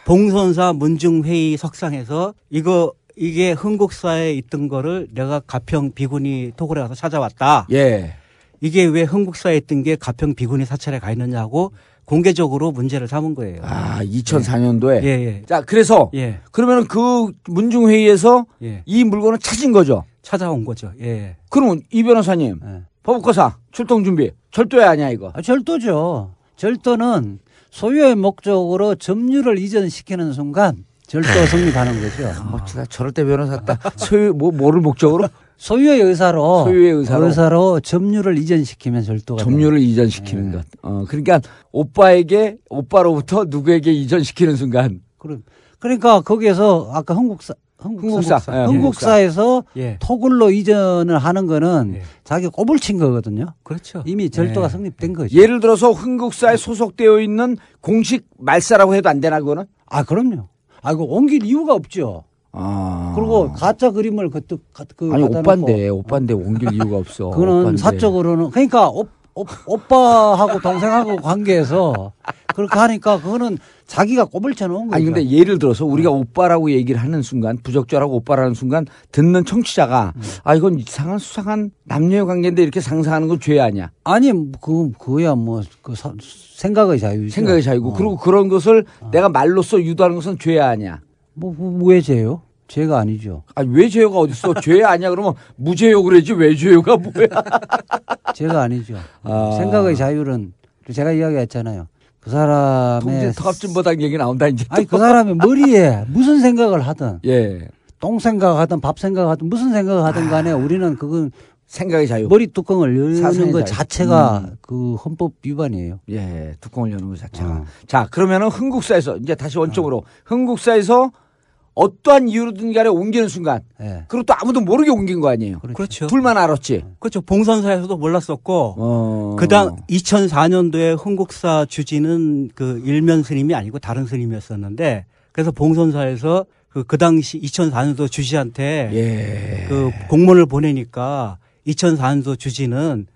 봉선사 문중회의 석상에서 이거 이게 흥국사에 있던 거를 내가 가평 비구니 토굴에 가서 찾아왔다.
예.
이게 왜 흥국사에 있던 게 가평 비구니 사찰에 가 있느냐고 공개적으로 문제를 삼은 거예요.
아, 2004년도에.
예, 예.
자, 그래서 그러면 그 문중회의에서
예.
이 물건을 찾은 거죠.
찾아온 거죠. 예.
그러면 이 변호사님 법무고사 출동 준비 절도야 아니야 이거?
아, 절도죠. 절도는 소유의 목적으로 점유를 이전시키는 순간
네.
절도 성립 가는 거죠.
멋지다. 저럴 때
<laughs>
변호사다. 소유 뭐 뭐를 목적으로?
소유의 의사로
소유의 의사로.
점유를 이전시키면 절도가
점유를
예.
이전시키는 것. 어, 그러니까 오빠에게 오빠로부터 누구에게 이전시키는 순간.
그럼
그러니까 거기에서 아까 흥국사
흥국사.
흥국사,
예,
에서
예.
토굴로 이전을 하는 거는
예.
자기 꼬불친 거거든요.
그렇죠.
이미 절도가 성립된 거죠.
예를 들어서 흥국사에 소속되어 있는 공식 말사라고 해도 안 되나 그거는?
아 그럼요. 아 이거 옮길 이유가 없죠.
아.
그리고 가짜 그림을 그때 가- 그
아니
갖다
오빠인데 오빠인데 옮길 이유가 없어.
놓고 <laughs> 그는
오빠인데.
사적으로는 그러니까 오, 빠하고 동생하고 <laughs> 관계에서 그렇게 하니까 그거는 자기가 꼬불쳐 놓은 거죠.
아니 근데 예를 들어서 우리가 오빠라고 얘기를 하는 순간 부적절하고 오빠라는 순간 듣는 청취자가
음.
아 이건 이상한 수상한 남녀 관계인데 이렇게 상상하는 건 죄 아니야.
아니 그 그야 뭐그 생각의 자유
생각의
어.
자유고 그리고 그런 것을 내가 말로써 유도하는 것은 죄 아니야.
뭐, 뭐, 왜 죄요? 죄가 아니죠.
아니 왜 죄가 어딨어? 죄 아니야 그러면 무죄요 그러지 왜 죄요가
<laughs>
뭐야?
죄가 아니죠.
<laughs> 아.
생각의 자유는 제가 이야기했잖아요. 그
통제
사람의
통합진보당 얘기 나온다 이제.
아니
또.
그 사람의 머리에 무슨 생각을 하든
<laughs> 예.
똥 생각하든 밥 생각하든 무슨 생각하든 간에 우리는 그건
생각의 자유.
머리 뚜껑을
사상의
여는 것
자유.
자체가
음.
그 헌법 위반이에요.
예, 뚜껑을 여는 것 자체가.
어.
자, 그러면은 흥국사에서 이제 다시 원점으로 흥국사에서 어떠한 이유로든 간에 옮기는 순간
예.
그리고 또 아무도 모르게 옮긴 거 아니에요.
그렇죠.
둘만 알았지.
그렇죠. 봉선사에서도 몰랐었고
어.
그당 2004년도에 흥국사 주지는 그 일면 스님이 아니고 다른 스님이었었는데 그래서 봉선사에서 그, 그 당시 2004년도 주지한테
예.
그 공문을 보내니까 2004년도 주지는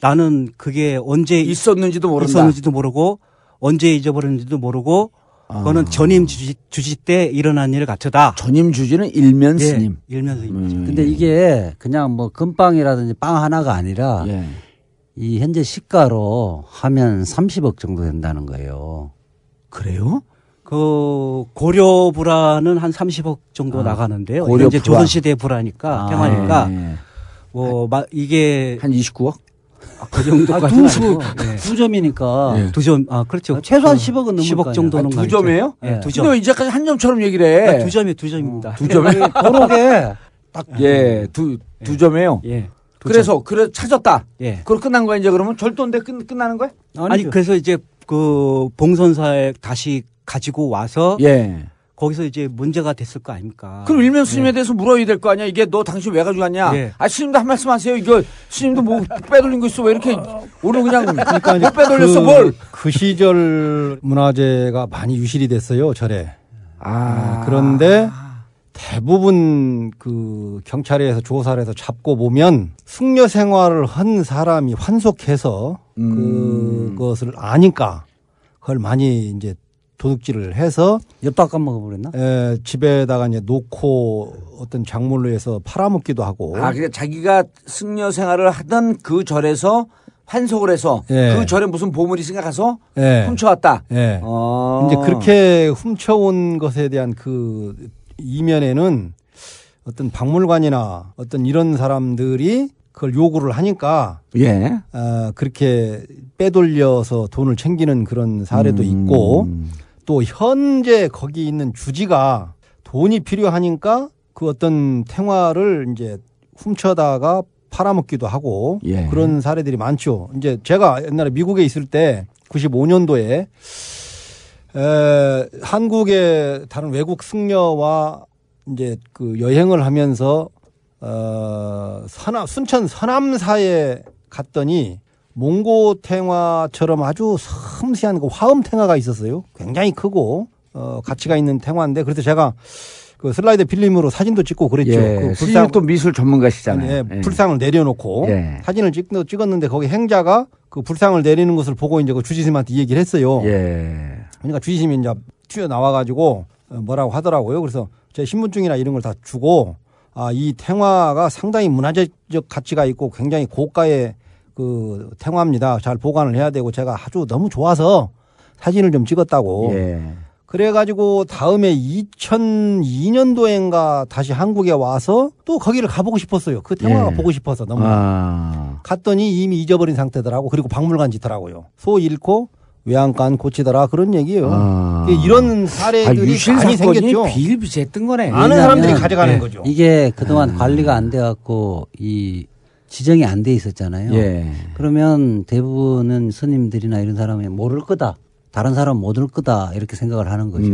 나는 그게 언제
있었는지도 모른다.
있었는지도 모르고 언제 잊어버렸는지도 모르고
아.
그거는 전임 주지, 주지 때 일어난 일 같으다.
전임 주지는 일면
예,
스님. 음.
일면 스님.
근데 이게 그냥 뭐 금빵이라든지 빵 하나가 아니라
예.
예.
이 현재 시가로 하면 30억 정도 된다는 거예요.
그래요?
그 고려 불화는 한 30억 정도 나가는데요.
아, 고려
현재
불화.
조선 시대
아,
불화니까 평화니까 뭐 마- 이게
예, 한 29억?
그
아,
정도까지
두,
는
수-
아니고
두 점이니까
두 점. 아, 그렇죠.
최소한 10억 은 넘을
10억
거 아니야.
정도는
아니, 어,
두
가겠죠.
점이에요?
예, 두
너
점.
이제까지 한 점처럼 얘기를 해.
아, 두 점이 두 점입니다.
두 점에
도로에 딱
예, 두, 두 점이에요.
예. 두
그래서, 그래, 찾았다.
예.
그걸 끝난 거야, 이제 그러면? 절도인데 끝, 끝나는 거야?
아니 그래서 이제 그 봉선사에 다시 가지고 와서
예.
거기서 이제 문제가 됐을 거 아닙니까?
그럼 일면
예.
스님에 대해서 물어야 될 거 아니야? 이게 너 당신 왜 가져왔냐?
예.
아, 스님도 한 말씀 하세요. 이거 스님도 뭐 빼돌린 거 있어. 왜 이렇게 오늘 그냥
아, 그러니까
못
이제
아, 빼돌렸어,
그,
뭘?
그 시절 문화재가 많이 유실이 됐어요 절에. 아 그런데 대부분 그 경찰에서 조사를 해서 잡고 보면 숙녀 생활을 한 사람이 환속해서
음.
그것을 아니까 그걸 많이 이제 도둑질을 해서
엿밥 까먹어버렸나?
에, 집에다가 이제 놓고 어떤 작물로 해서 팔아먹기도 하고
아, 그러니까 자기가 승려 생활을 하던 그 절에서 환속을 해서
예.
그 절에 무슨 보물이 있으니까 가서
예.
훔쳐왔다.
예.
아.
이제 그렇게 훔쳐온 것에 대한 그 이면에는 어떤 박물관이나 어떤 이런 사람들이 그걸 요구를 하니까
예.
아, 그렇게 빼돌려서 돈을 챙기는 그런 사례도
음.
있고 또 현재 거기 있는 주지가 돈이 필요하니까 그 어떤 탱화를 이제 훔쳐다가 팔아먹기도 하고
예.
그런 사례들이 많죠. 이제 제가 옛날에 미국에 있을 때 95년도에 에, 한국의 다른 외국 승려와 이제 그 여행을 하면서 어, 서남, 순천 서남사에 갔더니 몽고탱화처럼 아주 섬세한 그 화음탱화가 있었어요. 굉장히 크고 어, 가치가 있는 탱화인데 그래서 제가 그 슬라이드 필름으로 사진도 찍고 그랬죠.
예.
그
스님은 또 미술 전문가시잖아요.
예,
예.
불상을 내려놓고
예.
사진을 찍, 찍었는데 거기 행자가 그 불상을 내리는 것을 보고 이제 그 주지심한테 얘기를 했어요.
예.
예.
그러니까 주지심이 이제 튀어나와가지고 어, 뭐라고 하더라고요. 그래서 제 신분증이나 이런 걸 다 주고 아, 이 탱화가 상당히 문화재적 가치가 있고 굉장히 고가의 그 탱화입니다. 잘 보관을 해야 되고 제가 아주 너무 좋아서 사진을 좀 찍었다고.
예.
예.
그래가지고 다음에 2002년도엔가 다시 한국에 와서 또 거기를 가보고 싶었어요. 그 탱화가
예.
보고 싶어서 너무.
아.
갔더니 이미 잊어버린 상태더라고. 그리고 박물관 짓더라고요. 소 잃고 외양간 고치더라 그런 얘기예요.
아.
이런 사례들이
유실
많이
사건이
생겼죠.
비일비재했던 거네. 네.
아는 사람들이 가져가는
예,
거죠. 음.
이게 그동안 관리가 안 돼 갖고 이 지정이 안 돼 있었잖아요.
예.
그러면 대부분은 스님들이나
음.
이런 사람이 모를 거다. 다른 사람 모를 거다. 이렇게 생각을 하는 거죠.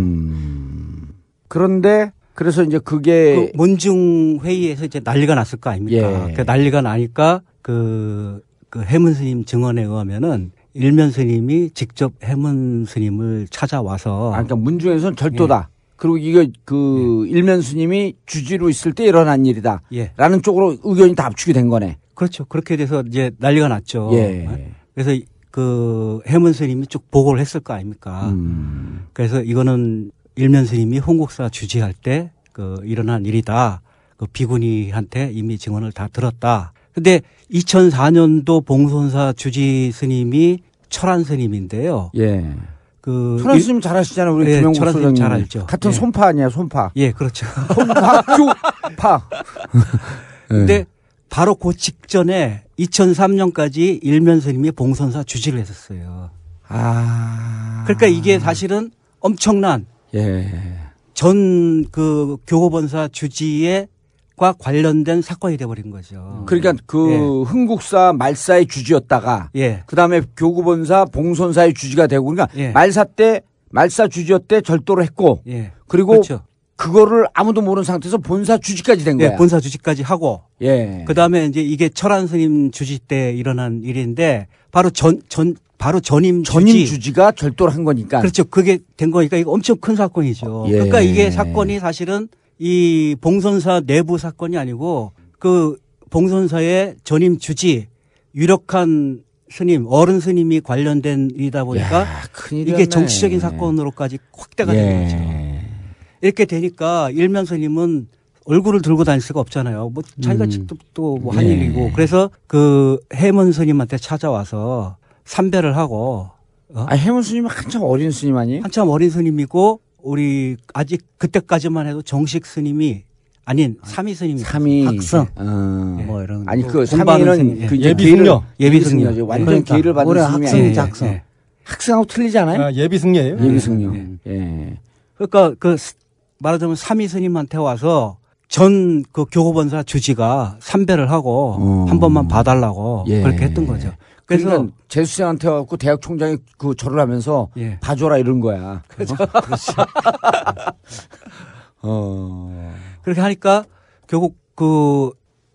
그런데 그래서 이제 그게
그 문중 회의에서 이제 난리가 났을 거 아닙니까?
예.
그 난리가 나니까 그, 그 해문 스님 증언에 의하면은 일면 스님이 직접 해문 스님을 찾아와서
아, 그러니까 문중에서는 절도다.
예.
그리고 이게 그 일면 스님이 주지로 있을 때 일어난 일이다.
예.
라는 쪽으로 의견이 다 압축이 된 거네.
그렇죠. 그렇게 돼서 이제 난리가 났죠.
예.
그래서 그 해문 스님이 쭉 보고를 했을 거 아닙니까?
음.
그래서 이거는 일면 스님이 홍국사 주지할 때 그 일어난 일이다. 그 비구니한테 이미 증언을 다 들었다. 근데 2004년도 봉선사 주지 스님이 철안 스님인데요.
예.
그
천안
일-
스님 잘 아시잖아요. 우리
예,
김영국
천안 스님
소장님.
잘 알죠.
같은
예.
손파 아니야,
<laughs>
손파.
예, 그렇죠.
네. 손파교파.
근데 바로 그 직전에 2003년까지 일면 스님이 봉선사 주지를 했었어요.
아.
그러니까 이게 사실은 엄청난
예.
전 그 교호본사 주지에 과 관련된 사건이 돼버린 거죠.
그러니까 그 흥국사 말사의 주지였다가
예.
그다음에 교구본사 봉선사의 주지가 되고 그러니까
예.
말사 때 말사 주지어 때 절도를 했고
예.
그리고
그렇죠.
그거를 아무도 모르는 상태에서 본사 주지까지 된
예,
거야.
본사 주지까지 하고
예.
그 다음에 이제 이게 철안 스님 주지 때 일어난 일인데 바로 전, 전, 바로 전임 주지.
전임 주지가 절도를 한 거니까.
그렇죠. 그게 된 거니까 이거 엄청 큰 사건이죠.
예.
그러니까 이게 사건이 사실은 이 봉선사 내부 사건이 아니고 그 봉선사의 전임 주지 유력한 스님, 어른 스님이 관련된 일이다 보니까
큰일이었네.
이게 정치적인 사건으로까지 확대가
예.
된 거죠. 이렇게 되니까 일면 스님은 얼굴을 들고 다닐 수가 없잖아요. 뭐 자기가
음.
직접 또 뭐 한
예.
일이고 그래서 그 해문 스님한테 찾아와서 삼배를 하고
아, 해문 스님은 한참 어린 스님 아니에요?
한참 어린 스님이고 우리 아직 그때까지만 해도 정식 스님이 아닌 삼위 스님이
삼위
학성
어,
뭐 이런
아니
거.
그
공부하는 스님.
삼위는 그 이제
예비
기회를-
승려. 예비
예비 승려
승려.
완전
그러니까
기회를 받는
올해
스님이
학생이지,
아니에요.
학생.
예. 학생하고 틀리지 않아요?
아, 예비 승려예요.
네.
예비 승려. 예.
그러니까 그 스- 말하자면 삼위 스님한테 와서 전 그 교호본사 주지가 삼배를 하고 한 번만 봐달라고
어. 예.
그렇게 했던 거죠.
그래서
그래서
그러니까 재수생한테 와갖고 대학 총장이 그 절을 하면서
예.
봐줘라 이런 거야.
그렇죠.
<laughs> 어.
그렇게 하니까 결국 그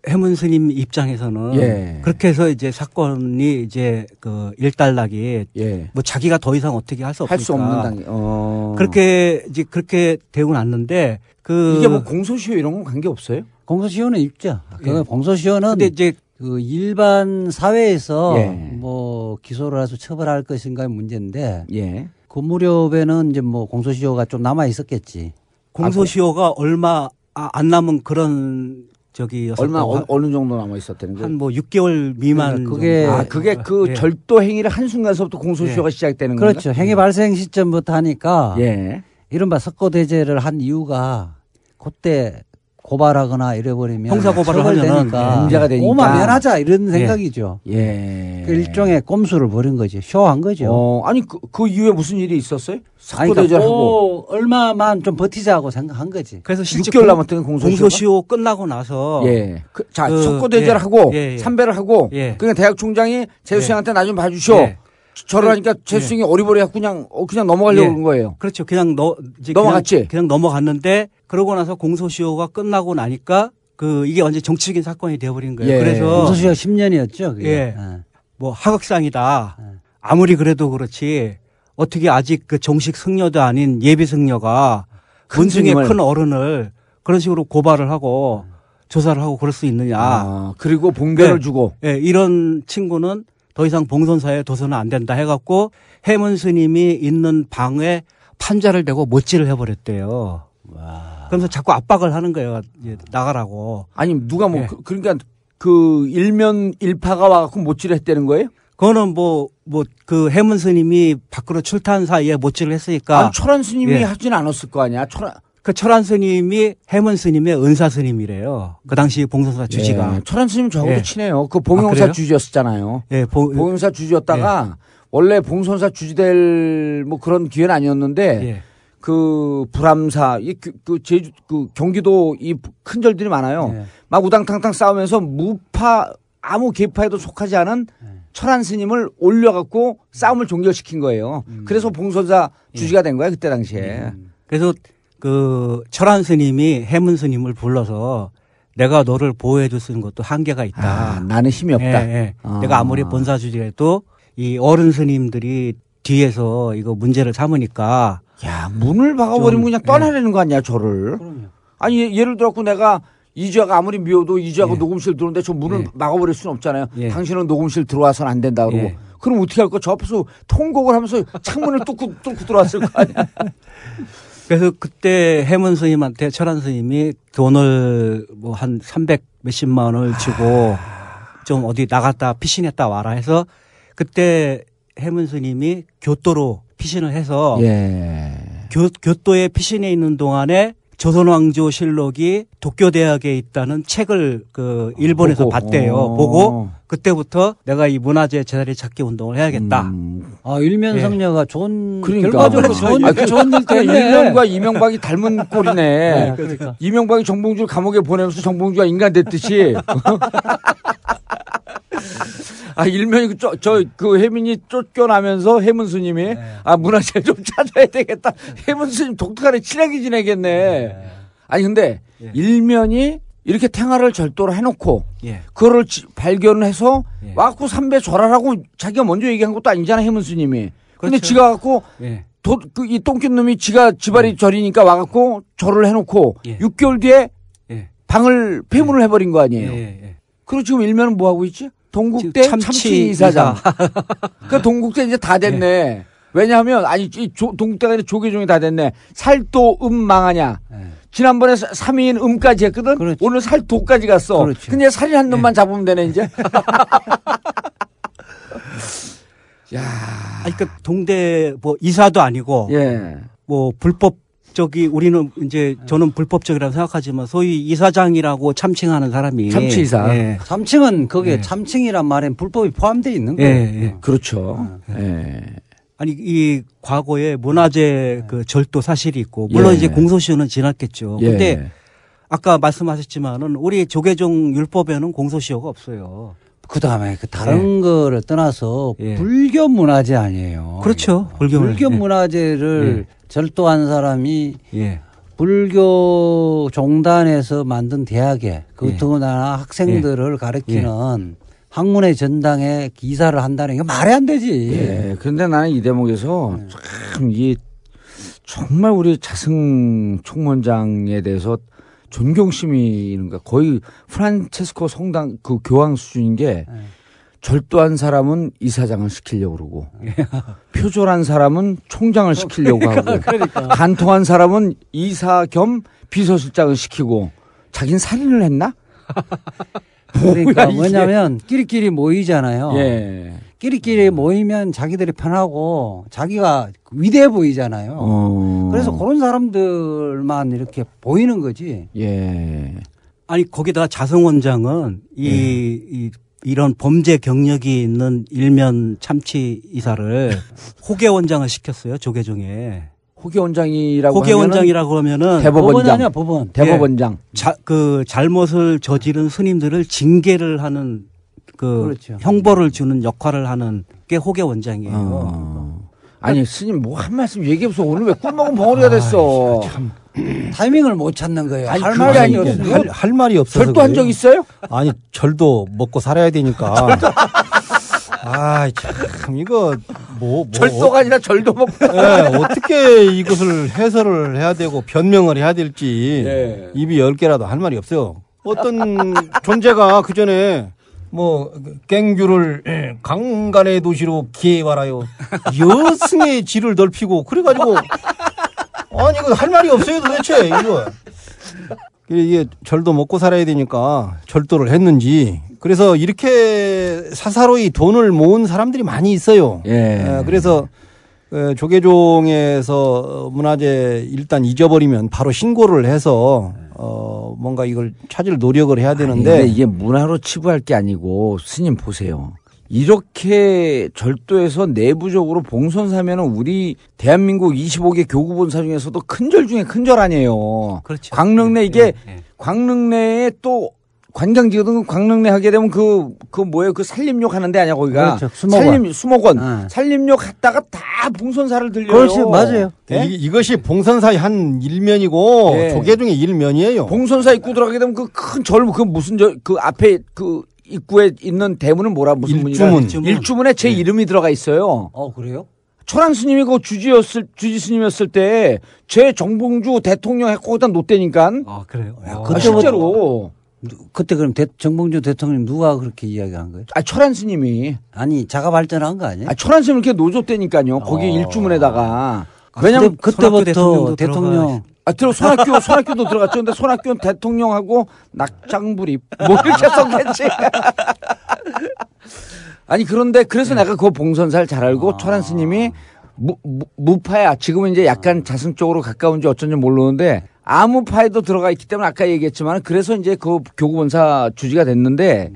해문 스님 입장에서는
예.
그렇게 해서 이제 사건이 이제 그 일단락이
예.
뭐 자기가 더 이상 어떻게 할 수 없으니까
할 수 없는 단계. 어.
그렇게 이제 그렇게 되고 났는데 그
이게 뭐 공소시효 이런 건 관계 없어요?
공소시효는 있죠. 그
예.
공소시효는
근데 이제
그 일반 사회에서
예.
뭐 기소를 해서 처벌할 것인가의 문제인데
예.
그 무렵에는 이제 뭐 공소시효가 좀 남아 있었겠지.
공소시효가 얼마 아, 안 남은 그런 저기
얼마 어, 어느 정도 남아 있었다는 거예요?
한뭐 6개월 미만
그게
아, 그게 그
예.
절도 행위를 한 순간서부터 공소시효가
예.
시작되는 거예요.
그렇죠. 행위 발생 시점부터 하니까
예.
이른바 석고 대제를 한 이유가 그때 고발하거나 이래버리면
형사 고발을 하면은
처벌되니까
예, 문제가 되니까.
오마 면하자 이런 생각이죠.
예.
그 일종의 꼼수를 부린 거지. 쇼한 거죠.
어, 아니 그, 그 이후에 무슨 일이 있었어요?
아니,
사고
그러니까
대절하고
뭐 얼마만 좀 버티자고 생각한 거지.
그래서 실제
6개월
공-
남았던 공소시효가?
공소시효 끝나고 나서
예. 그, 자,
그,
석고
예,
대절하고
예, 예.
삼배를 하고
예.
그러니까 대학 총장이 재수생한테 나 좀 봐주시오.
예.
저를 하니까 재수생이 어리버리 하고 그냥 어, 그냥 넘어가려고
예.
그런 거예요.
그렇죠. 그냥 너 이제
넘어갔지?
그냥, 그냥 넘어갔는데 그러고 나서 공소시효가 끝나고 나니까 그 이게 완전 정치적인 사건이 되어버린 거예요.
예.
그래서
공소시효 10년이었죠. 그게.
예. 뭐 하극상이다.
네.
아무리 그래도 그렇지 어떻게 아직 그 정식 승려도 아닌 예비 승려가
큰
문중의
스님을. 네.
큰 어른을 그런 식으로 고발을 하고 조사를 하고 그럴 수 있느냐.
아, 그리고 봉변을
예.
주고
예, 이런 친구는 더 이상 봉선사에 둬서는 안 된다 해갖고 해문 스님이 있는 방에 판자를 대고 못질을 해버렸대요. 그러면서 자꾸 압박을 하는 거예요. 이제 나가라고.
아니 누가
예.
뭐 그, 러니까그 일면 일파가 와갖고 못질을 했다는 거예요?
그거는 뭐, 뭐, 그 해문 스님이 밖으로 출타한 사이에 못질을 했으니까.
아니 철한 스님이
예.
하진 않았을 거 아니야. 철한
그 철안 스님이 해문 스님의 은사
네.
스님이래요. 그 당시 봉선사 주지가.
예, 철한 스님 저하고도
예.
친해요. 그
아,
봉용사
그래요?
주지였잖아요.
예, 보-
봉용사
예.
주지였다가 원래 봉선사 주지될 뭐 그런 기회는 아니었는데
예.
그 불암사 이 그 제주 그 경기도 이 큰 절들이 많아요.
예.
막 우당탕탕 싸우면서 무파 아무 계파에도 속하지 않은
예.
철한 스님을
음.
올려갖고
예. 음.
싸움을 종결시킨 거예요. 그래서 봉선사 주지가 된 거야 그때 당시에.
그래서 그
그 철한 스님이 해문 스님을 불러서 내가 너를 보호해 줄 수 있는 것도 한계가 있다.
아, 나는 힘이 없다.
예, 예.
아.
내가 아무리 본사 주지라도 이 어른 스님들이 뒤에서 이거 문제를 삼으니까
야 문을 박아버리면 그냥
예.
떠나려는 거 아니야 저를 아니 예- 예를 들어갖고 내가 이주아가 아무리 미워도 이주아가
예.
녹음실 들어오는데 저 문을 막아버릴 수는 없잖아요 당신은 녹음실 들어와서는 안 된다 그러고
예.
그럼 어떻게 할 거야 저 앞에서 통곡을 하면서 창문을 뚫고 뚫고 들어왔을 거
<laughs>
아니야
그래서 그때 해문 스님한테 철한 스님이 돈을 뭐 한 300 몇십만 원을 주고 좀 어디 나갔다 피신했다 와라 해서 그때 해문 스님이 교토로 피신을
예.
해서
예.
교, 교토에 피신해 있는 동안에 조선왕조 실록이 도쿄대학에 있다는 책을 그 일본에서
보고.
봤대요.
어.
보고 그때부터 내가 이 문화재 제자리 찾기 운동을 해야겠다.
아, 일면
예.
성녀가 좋은
그러니까.
결과적으로 좋은
그렇죠.
아, 그
좋은 일 때문에
일명과 이명박이 닮은 꼴이네.
네, 그러니까.
이명박이 정봉주를 감옥에 보내면서 정봉주가 인간 됐듯이. 아, 일면이 그 저, 저, 그 혜민이 쫓겨나면서 혜문 스님이 아, 문화재 좀 찾아야 되겠다. 혜문 스님 독특하네. 친하게 지내겠네. 아니, 근데 일면이 이렇게 탱화를 절도로 해놓고
예.
그거를 지- 발견해서 와꾸 삼배 절하라고 자기가 먼저 얘기한 것도 아니잖아 해문 스님이. 근데
그렇죠.
지가 갖고
예.
도, 그, 이 똥낀 놈이 지가 지발이 절이니까 와갖고 절을 해놓고
예.
6개월 뒤에
예.
방을 폐문을 해버린 거 아니에요.
예, 예.
그리고 지금 일면은 뭐 하고 있지? 동국대
지금 참치
참치, 이사장.
<laughs>
그 동국대 이제 다 됐네.
예.
왜냐하면 아니 이 조- 동국대가 아니라 조계종이 다 됐네. 살도 음 망하냐.
예.
지난번에 3인 음까지 했거든. 오늘 살도까지 갔어. 근데 살이 한 놈만
예.
잡으면 되네 이제.
아니, 그러니까 동대 뭐 이사도 아니고
예.
뭐 불법적이 우리는 이제 저는 불법적이라고 생각하지만 소위 이사장이라고 참칭하는 사람이 예.
참칭은 거기에 참칭이란 말엔 불법이 포함되어 있는
예,
거예요.
예.
그렇죠.
아니 이 과거에 문화재 그 절도 사실이 있고 물론
예.
이제 공소시효는 지났겠죠.
예.
근데 아까 말씀하셨지만은 우리 조계종 율법에는 공소시효가 없어요.
그 다음에 그 다른 거를 떠나서
예.
불교 문화재 아니에요.
그렇죠. 불교 문화재. 예.
문화재를 절도한 사람이
예.
불교 종단에서 만든 대학에
예.
그더구나 학생들을 가르치는 학문의 전당에 기사를 한다는 게 말이 안 되지.
예. 그런데 나는 이 대목에서 참 이 정말 우리 자승 총무원장에 대해서 존경심이 있는가 거의 프란체스코 성당 그 교황 수준인
예.
게 절도한 사람은 이사장을 시키려고
<laughs>
그러고 표절한 사람은 총장을 시키려고 하고
그러니까,
간통한 사람은 이사 겸 비서실장을 시키고 자긴 살인을 했나?
그러니까
<laughs> 뭐야, 이게.
뭐냐면 끼리끼리 모이잖아요.
예.
끼리끼리 모이면 자기들이 편하고 자기가 위대해 보이잖아요. 어.
어.
그래서 그런 사람들만 이렇게 보이는 거지.
예.
아니 거기다가 자성원장은
예.
이, 이 이런 범죄 경력이 있는 일면 참치 이사를 호계 원장을 시켰어요 조계종에.
호계 원장이라고
호계 원장이라고 하면은
대법원장. 대법원장.
예. 자, 그 잘못을 저지른 스님들을 징계를 하는 그
그렇죠.
형벌을 주는 역할을 하는 게 호계 원장이에요.
어. 아니 스님 뭐 한 말씀 얘기해 보소 오늘 왜 꿀먹은
아,
벙어리가 됐어.
타이밍을 못 찾는 거예요.
아니,
할
할
말이
말이
아니,
아니었어요.
할, 할 말이 없어서.
절도한
그래요.
적 있어요?
아니, 절도 먹고 살아야
<laughs>
되니까. 아, 참, 이거, 뭐,
어.
뭐.
절도가 아니라 절도 먹고.
예, 어떻게 이것을 해설을 해야 되고 변명을 해야 될지 입이 열 개라도 할 말이 없어요. 어떤 존재가 그 전에 뭐 깽규를 예, 강간의 도시로 기해와라요. 여승의 질을 넓히고 그래가지고 아니 이거 할 말이 없어요 도대체 이거. 그 이게 절도 먹고 살아야 되니까 절도를 했는지 그래서 이렇게 사사로이 돈을 모은 사람들이 많이 있어요. 예, 그래서 에, 조계종에서 문화재 일단 잊어버리면 바로 신고를 해서 어 뭔가 이걸 찾을 노력을 해야 되는데
근데 이게 문화로 치부할 게 아니고 스님 보세요. 이렇게 절도해서 내부적으로 봉선 사면은 우리 대한민국 25개 교구 본사 중에서도
그렇죠. 예,
큰 절 중에 큰 절 아니에요. 광릉 내 이게 광릉 내에 또 관광지역 등 광릉내 하게 되면 그, 그 뭐예요? 그 산림욕 하는 데 아니야, 거기가.
그렇죠. 수목원. 예.
산림, 수목원. 산림욕 갔다가 다 봉선사를 들려요.
예? 이, 이것이 봉선사의 한 일면이고
예.
조계 중의 일면이에요.
봉선사 입구 들어가게 되면 그 큰 절, 그 무슨 저, 그 앞에 그 입구에 있는 대문은 뭐라 무슨
일주문.
문이라 일주문에 제 이름이 들어가 있어요.
어 그래요?
초랑 스님이 그 주지였을 주지 스님이었을 때 제 정봉주 대통령 했고 그다 노때니까. 아
그래요.
아, 실제로
그때 그럼 대- 정봉주 대통령 누가 그렇게 이야기한 거예요?
아 철한 스님이
아니 자가 발전한 거 아니에요?
아, 초란 스님 이렇게 노조 때니까요. 거기 일주문에다가
아,
왜냐면
그때- 그때부터 대통령도 대통령-
아, 들어 손학규 손학규도 들어갔죠. 근데 손학규는 대통령하고 낙장불입 뭐 이렇게 썼겠지. <laughs> 아니 그런데 그래서 내가 그 봉선사를 잘 알고 철한 스님이 무, 파야 지금은 이제 약간 자승 쪽으로 가까운지 어쩐지 모르는데 아무파에도 들어가 있기 때문에 아까 얘기했지만 그래서 이제 그 교구본사 주지가 됐는데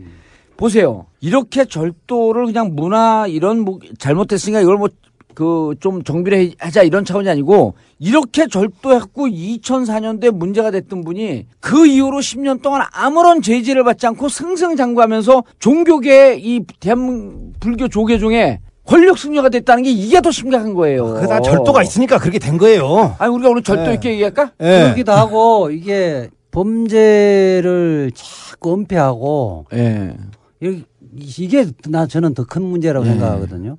보세요 이렇게 절도를 그냥 문화 이런 뭐 잘못됐으니까 이걸 뭐 그 좀 정비를 해- 하자 이런 차원이 아니고 이렇게 절도했고 2004년도에 문제가 됐던 분이 그 이후로 10년 동안 아무런 제지를 받지 않고 승승장구하면서 종교계 이 대한 불교 조계 중에 권력 승려가 됐다는 게 이게 더 심각한 거예요.
아, 그다 절도가 있으니까 그렇게 된 거예요.
아니 우리가 오늘 절도
예.
있게 얘기할까?
네.
예.
그러기도 하고 이게 범죄를 자꾸 은폐하고
예.
이- 이게 나 저는 더 큰 문제라고
예.
생각하거든요.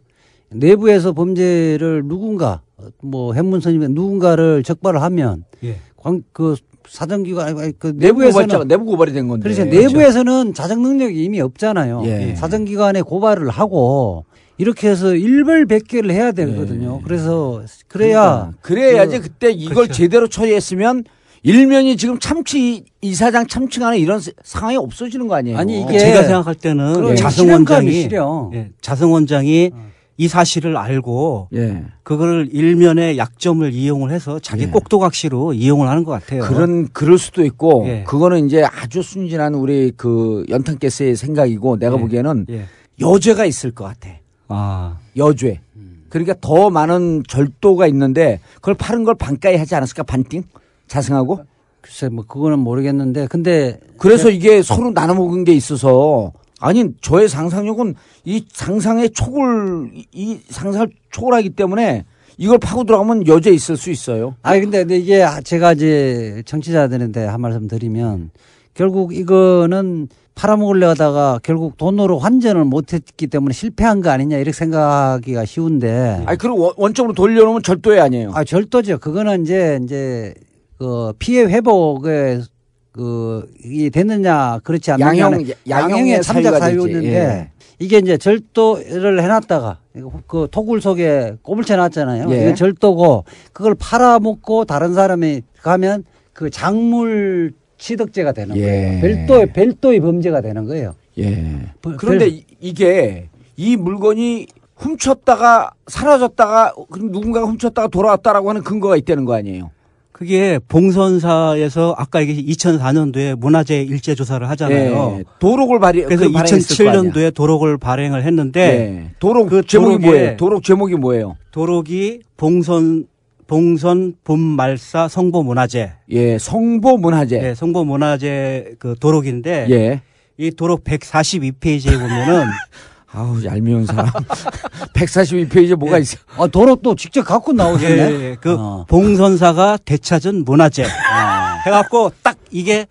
내부에서 범죄를 누군가 뭐 해문선임에 누군가를 적발을 하면
예.
광, 그 사정기관 아니, 아니, 그
내부 고발자가
내부에서는
내부 고발이 된 건데.
그렇죠. 내부에서는 자정 능력이 이미 없잖아요.
네, 예.
사정기관에 고발을 하고 이렇게 해서 일벌백계를 해야 되거든요. 그래서 그래야
그래야지 그때 이걸 제대로 처리했으면 일면이 지금 참치 이사장 참칭하는 이런 세- 상황이 없어지는 거 아니에요?
아니,
그러니까 제가 생각할 때는
예.
예.
그럼
자승
실현감이 어.
원장이
실현.
예, 자승 원장이 이 사실을 알고
예.
그거를 일면의 약점을 이용을 해서 자기 꼭두각시로 이용을 하는 것 같아요.
예. 그런 그럴 수도 있고
예.
그거는 이제 아주 순진한 우리 그 연탄 가스의 생각이고 내가 보기에는
예.
여죄가 있을 것 같아.
아.
여죄.
음.
그러니까 더 많은 절도가 있는데 그걸 파는 걸 반가에 하지 않았을까 반띵 자승하고
글쎄 뭐 그거는 모르겠는데 근데
그래서
예.
이게 서로 나눠 먹은 게 있어서 아니 저의 상상력은 이 상상의 촉을 이- 이 상상을 초월하기 때문에 이걸 파고 들어가면 여죄 있을 수 있어요.
아 근데, 근데 이게 아, 제가 이제 정치자들한테 한 말씀 드리면 결국 이거는 팔아먹으려다가 결국 돈으로 환전을 못했기 때문에 실패한 거 아니냐 이렇게 생각하기가 쉬운데
아니 그리고 원- 원점으로 돌려놓으면 절도예 아니에요.
아 절도죠. 그거는 이제 이제 그 피해 회복에 그이 됐느냐 그렇지 않느냐
양형,
하는
양형의
양형의
사유가
삼자
되지.
사유인데
예.
이게 이제 절도를 해놨다가 그 토굴 속에 꼬불쳐 놨잖아요.
예.
이게 절도고 그걸 팔아먹고 다른 사람이 가면 그 작물 취득죄가 되는 거예요. 별도의 별도의 범죄가 되는 거예요.
예.
뭐,
별-
그런데
별-
이- 이게 이 물건이 훔쳤다가 사라졌다가 그럼 누군가가 훔쳤다가 돌아왔다라고 하는 근거가 있다는 거 아니에요?
그게 봉선사에서 아까 얘기한 2004년도에 문화재 일제 조사를 하잖아요.
예, 도록을 발휘
그래서
그 발행했을 거 아니야.
2007년도에 도록을 발행을 했는데
예. 도록
그
제목이
도록에-
뭐예요? 도록 제목이 뭐예요?
도록이 봉선 봉선 봄말사 성보 문화재.
예, 성보 문화재.
예, 성보 문화재 그 도록인데
예.
이 도록 142페이지에
<laughs>
보면은
아우 얄미운
<laughs>
사람. 142페이지에 뭐가 있어?
아 도로 또 직접 갖고 나오셨네.
예, 예, 그
어.
봉선사가 되찾은
네.
문화재 <laughs> 해갖고 딱 이게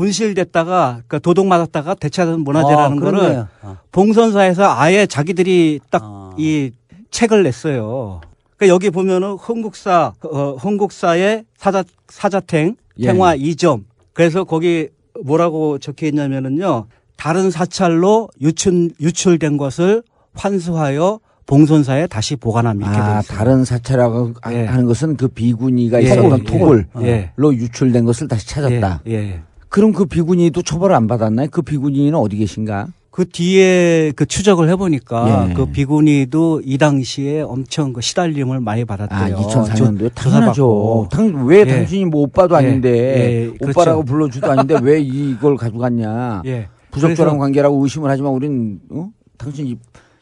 분실됐다가 그러니까 도둑 맞았다가 되찾은 문화재라는
아,
거를
그렇네요. 어. 아.
봉선사에서 아예 자기들이 딱 이 책을 냈어요. 그러니까 여기 보면은 흥국사 어, 흥국사의 사자 사자탱
예.
탱화 2점. 그래서 거기 뭐라고 적혀 있냐면은요. 다른 사찰로 유출 유출된 것을 환수하여 봉선사에 다시 보관함 이렇게 돼
아,
있어요.
다른 사찰하고 하-
예.
하는 것은 그 비군이가
예,
있었던
예,
토굴로
예.
유출된 것을 다시 찾았다.
예, 예.
그럼 그 비군이도 처벌을 안 받았나요? 그 비군이는 어디 계신가?
그 뒤에 그 추적을 해보니까
예.
그 비군이도 이 당시에 엄청 그 시달림을 많이 받았대요.
아, 2004년도에
조-
당연하죠.
조사받고.
당연 왜
예.
당신이 뭐 오빠도
예,
아닌데
예,
오빠라고
그렇죠.
불러주도 아닌데 왜 이걸 가져갔냐?
예.
부적절한
그래서-
관계라고 의심을 하지만 우리는 어? 당신 이-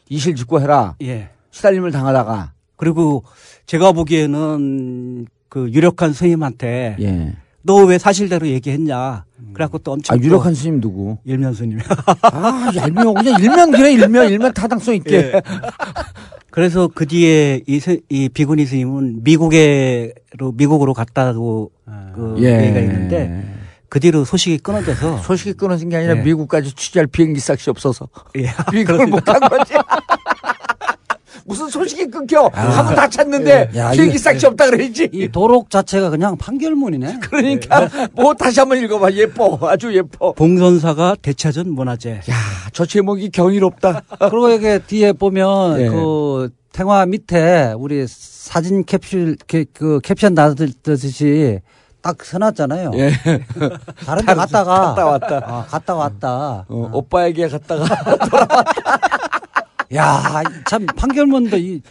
이실 짓고 해라.
예.
시달림을 당하다가
그리고 제가 보기에는 그 유력한 스님한테
예.
너 왜 사실대로 얘기했냐. 그래갖고 또 엄청
아, 유력한
또
스님 누구?
일면 스님.
아, 얄미워. 그냥 일면 그래, 일면, 일면 타당성 있게.
예. 그래서 그 뒤에 이, 세- 이 비구니 스님은 미국에로 미국으로 갔다고 그
예.
얘기가 있는데 그 뒤로 소식이 끊어져서
소식이 끊어진 게 아니라
예.
미국까지 취재할 비행기 싹시 없어서.
예.
<laughs> 미국을 못 간 거지. <laughs> 무슨 소식이 끊겨. 하고 다 찾는데
아. 예. 야,
비행기
이거-
싹시 없다 그러지.
이 도록 자체가 그냥 판결문이네.
그러니까
예.
뭐 다시 한번 읽어봐. 예뻐. 아주 예뻐.
봉선사가 대차전 문화재.
야, 저 제목이 경이롭다.
그리고 이게 뒤에 보면
예.
그 탱화 밑에 우리 사진 캡슐 캡- 그 캡션 놔뒀듯이 딱 써놨잖아요.
예.
다른 데 갔다가
갔다 왔다.
아, 갔다 왔다.
<laughs> 어, 오빠에게 갔다가
야, 참 판결문도 이,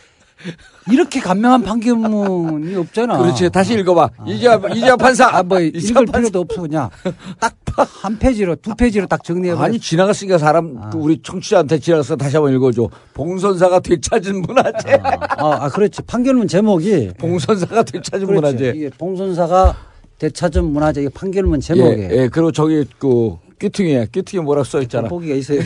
이렇게 간명한 판결문이 없잖아.
그렇지. 다시 읽어봐. 이제 이제 판사.
아, 뭐
이재화
읽을 필요도 없어 그냥 딱 한 페이지로 두 페이지로 딱 정리해 버려.
아니 지나갔으니까 사람 그 우리 청취자한테 지나가서 다시 한번 읽어줘. 봉선사가 되찾은 문화재.
아, 아, 그렇지. 판결문 제목이
봉선사가 되찾은
그렇지.
문화재.
이게 봉선사가 대차전 문화재 이 판결문
예,
제목에
예, 그리고 저기 그 끼퉁이에 끼퉁이 뭐라고 써 있잖아.
보기가 있어요.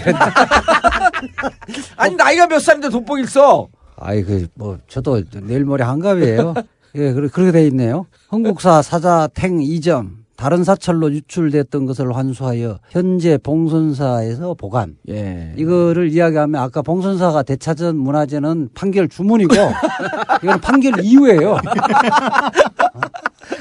아니 나이가 몇 살인데 돋보기 써?
아이 그 뭐 저도 내일 모레
<laughs>
한갑이에요. 예, 그러- 그렇게 돼 있네요. 흥국사 사자탱 2점 다른 사찰로 유출됐던 것을 환수하여 현재 봉선사에서 보관.
예.
이거를 이야기하면 아까 봉선사가 대차전 문화재는 판결
<laughs>
주문이고 이건 판결 이후예요.